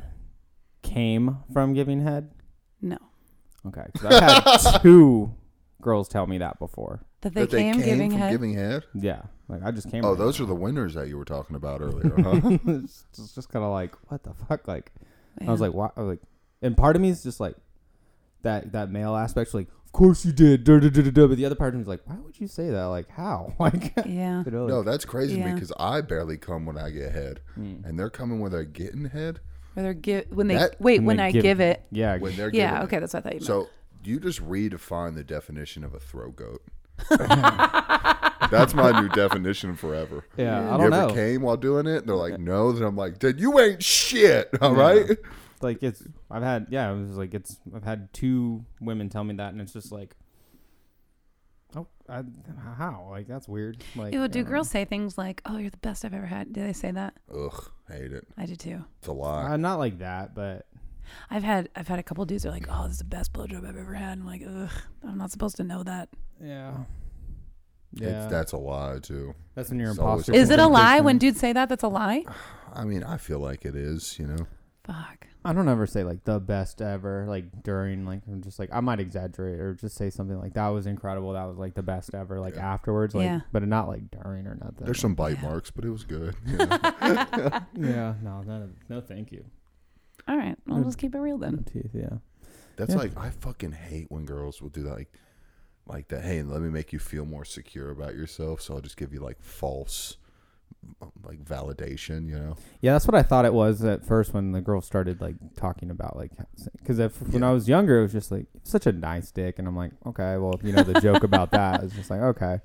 Speaker 4: came from giving head?
Speaker 5: No,
Speaker 4: Okay, 'cause I've had two girls tell me that before.
Speaker 5: that they,
Speaker 6: That they
Speaker 5: came,
Speaker 6: came
Speaker 5: giving
Speaker 6: from
Speaker 5: head.
Speaker 6: giving head.
Speaker 4: Yeah, like I just came.
Speaker 6: Oh,
Speaker 4: right
Speaker 6: those are the winners that you were talking about earlier, huh?
Speaker 4: it's just- it's just kind of like what the fuck like i
Speaker 5: Yeah.
Speaker 4: was like why I was like and part of me is just like that that male aspect like of course you did duh, duh, duh, duh, duh. but the other part of me is like why would you say that like how like
Speaker 5: yeah.
Speaker 4: you know,
Speaker 6: no,
Speaker 4: like,
Speaker 6: that's crazy to me
Speaker 5: Yeah.
Speaker 6: because I barely come when I get head, and they're coming when they're getting head.
Speaker 5: Or they're give when they
Speaker 6: That-
Speaker 5: wait
Speaker 4: and
Speaker 5: when
Speaker 4: they
Speaker 5: I give it.
Speaker 4: yeah
Speaker 6: When they're
Speaker 5: Yeah,
Speaker 6: giving
Speaker 5: okay,
Speaker 6: it.
Speaker 5: that's what I thought you meant.
Speaker 6: So you just redefine the definition of a throw goat. that's my new definition forever.
Speaker 4: yeah i
Speaker 6: You
Speaker 4: don't
Speaker 6: ever
Speaker 4: know
Speaker 6: came while doing it? They're like, no. Then I'm like, dude, you ain't shit. All right.
Speaker 4: like it's i've had yeah it was like it's i've had two women tell me that and it's just like oh I, how like that's weird like
Speaker 5: Ew, do
Speaker 4: I
Speaker 6: um,
Speaker 4: don't know.
Speaker 5: girls say things like, "Oh, you're the best I've ever had"? Do they say that?
Speaker 6: Ugh, hate it.
Speaker 5: I did too.
Speaker 6: It's a lie.
Speaker 4: i'm not like that but
Speaker 5: I've had I've had a couple dudes who are like, "Oh, this is the best blowjob I've ever had." I'm like, "Ugh, I'm not supposed to know that."
Speaker 4: yeah yeah
Speaker 6: It's, that's a lie too.
Speaker 4: that's when you're
Speaker 6: it's always-
Speaker 4: imposter
Speaker 5: Is it a
Speaker 4: syndrome
Speaker 5: lie
Speaker 4: kicks in.
Speaker 5: when dudes say that? That's a lie.
Speaker 6: I mean, I feel like it is. You know,
Speaker 5: Fuck.
Speaker 4: I don't ever say like the best ever, like during like I'm just like I might exaggerate or just say something like that was incredible, that was like the best ever, like afterwards, like
Speaker 5: Yeah.
Speaker 4: but not like during or nothing.
Speaker 6: There's some bite marks, but it was good. you know?
Speaker 4: yeah, no, no, no, thank you.
Speaker 5: All right. Well,
Speaker 6: Hmm.
Speaker 5: let's keep it real then.
Speaker 4: Teeth, yeah.
Speaker 6: That's
Speaker 4: Yeah.
Speaker 6: like I fucking hate when girls will do that, like, like that. Hey, let me make you feel more secure about yourself, so I'll just give you like false, like validation. You know,
Speaker 4: Yeah, that's what I thought it was at first when the girl started like talking about like because if when I was younger it was just like such a nice dick and I'm like okay well you know the joke about that is just like okay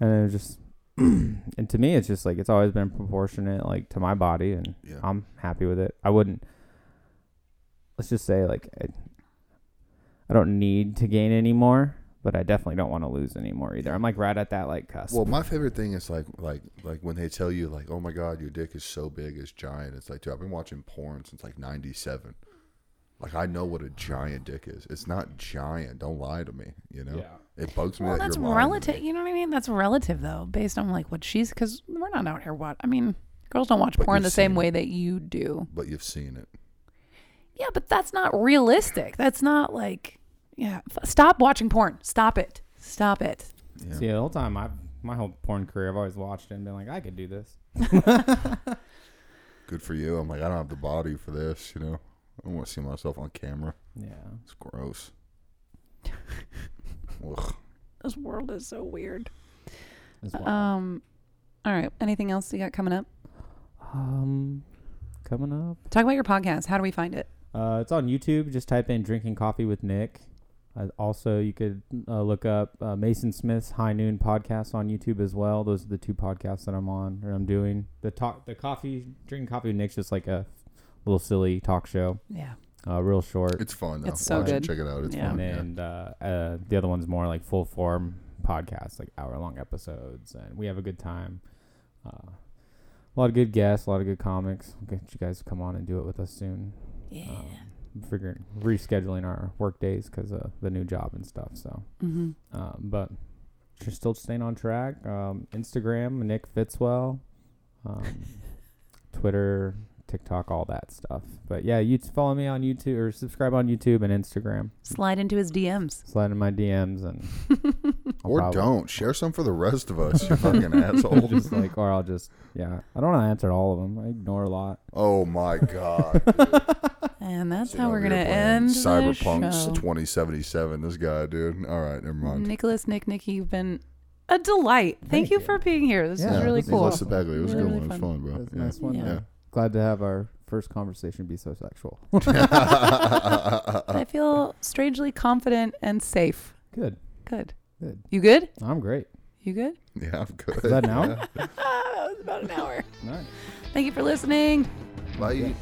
Speaker 4: and it was just and to me it's just like it's always been proportionate like to my body and
Speaker 6: Yeah.
Speaker 4: I'm happy with it I wouldn't let's just say like I, I don't need to gain any more but I definitely don't want to lose anymore either I'm like right at that like cusp
Speaker 6: Well, my favorite thing is like like like when they tell you like, "Oh my god, your dick is so big, it's giant." It's like, dude, I've been watching porn since like '97. Like I know what a giant dick is. It's not giant. Don't lie to me. You know,
Speaker 4: Yeah.
Speaker 6: it bugs me
Speaker 5: Well,
Speaker 6: that
Speaker 5: that's
Speaker 6: you're lying. to
Speaker 5: relative.
Speaker 6: me.
Speaker 5: You know what I mean? That's relative, though, based on like what she's because we're not out here. What I mean, girls don't watch
Speaker 6: But
Speaker 5: porn
Speaker 6: you've
Speaker 5: the same
Speaker 6: seen
Speaker 5: way that you do.
Speaker 6: But you've seen it.
Speaker 5: Yeah, but that's not realistic. That's not like, yeah. F- stop watching porn. Stop it. Stop it.
Speaker 4: See, the whole time I, my whole porn career, I've always watched it and been like, I could do this.
Speaker 6: Good for you. I'm like, I don't have the body for this. You know, I don't want to see myself on camera.
Speaker 4: Yeah.
Speaker 6: It's gross. Ugh.
Speaker 5: This world is so weird.
Speaker 4: As well.
Speaker 5: Um, all right. Anything else you got coming up?
Speaker 4: um, coming up,
Speaker 5: Talk about your podcast. How do we find it?
Speaker 4: uh, it's on YouTube. Just type in "drinking coffee with Nick." Uh, also, you could uh, look up uh, Mason Smith's High Noon podcast on YouTube as well. Those are the two podcasts that I'm on or I'm doing. The talk, the coffee, drinking coffee with Nick's just like a little silly talk show,
Speaker 5: Yeah.
Speaker 4: uh, real short.
Speaker 6: It's fun though.
Speaker 5: It's so
Speaker 6: Watch it,
Speaker 5: good.
Speaker 6: Check it out. It's
Speaker 5: Yeah.
Speaker 6: fun.
Speaker 4: and
Speaker 6: yeah.
Speaker 4: then uh, uh, the other one's more like full form podcast, like hour long episodes, and we have a good time. Uh, a lot of good guests, a lot of good comics. We'll get you guys to come on and do it with us soon.
Speaker 5: Yeah.
Speaker 4: Um, figuring rescheduling our work days because of the new job and stuff. So,
Speaker 5: hmm
Speaker 4: um, but just still staying on track. Um, Instagram, Nick Fitzwell, um, Twitter, TikTok, all that stuff. But yeah, you t- follow me on YouTube or subscribe on YouTube and Instagram
Speaker 5: Slide into his DMs.
Speaker 4: slide in my DMs and I'll
Speaker 6: or
Speaker 4: probably-
Speaker 6: don't share some for the rest of us. You fucking asshole.
Speaker 4: just like, or I'll just, yeah, I don't answer all of them. I ignore a lot.
Speaker 6: Oh my god.
Speaker 5: And that's
Speaker 6: Sitting
Speaker 5: how we're
Speaker 6: over here
Speaker 5: gonna
Speaker 6: playing
Speaker 5: end
Speaker 6: Cyberpunk's
Speaker 5: the show. Mm-hmm.
Speaker 6: 2077. This guy, dude. All right, never mind.
Speaker 5: Nicholas, Nick, Nicky, you've been a delight. Thank, you, for being here. This
Speaker 4: Yeah,
Speaker 5: is really
Speaker 4: this is
Speaker 5: cool.
Speaker 6: Nicholas Bagley. It was
Speaker 5: Really,
Speaker 6: a good
Speaker 5: really
Speaker 4: That's
Speaker 6: one. It was fun,
Speaker 4: a
Speaker 6: bro. Yeah.
Speaker 4: nice one.
Speaker 5: Yeah.
Speaker 4: Yeah. Glad to have our first conversation be so sexual.
Speaker 5: I feel strangely confident and safe.
Speaker 4: good,
Speaker 5: Good.
Speaker 4: good.
Speaker 5: You good?
Speaker 4: I'm great.
Speaker 5: You good?
Speaker 6: yeah, I'm good.
Speaker 4: Is that now?
Speaker 5: Ah, that was about an hour.
Speaker 4: Nice.
Speaker 5: Thank you for listening.
Speaker 6: Bye.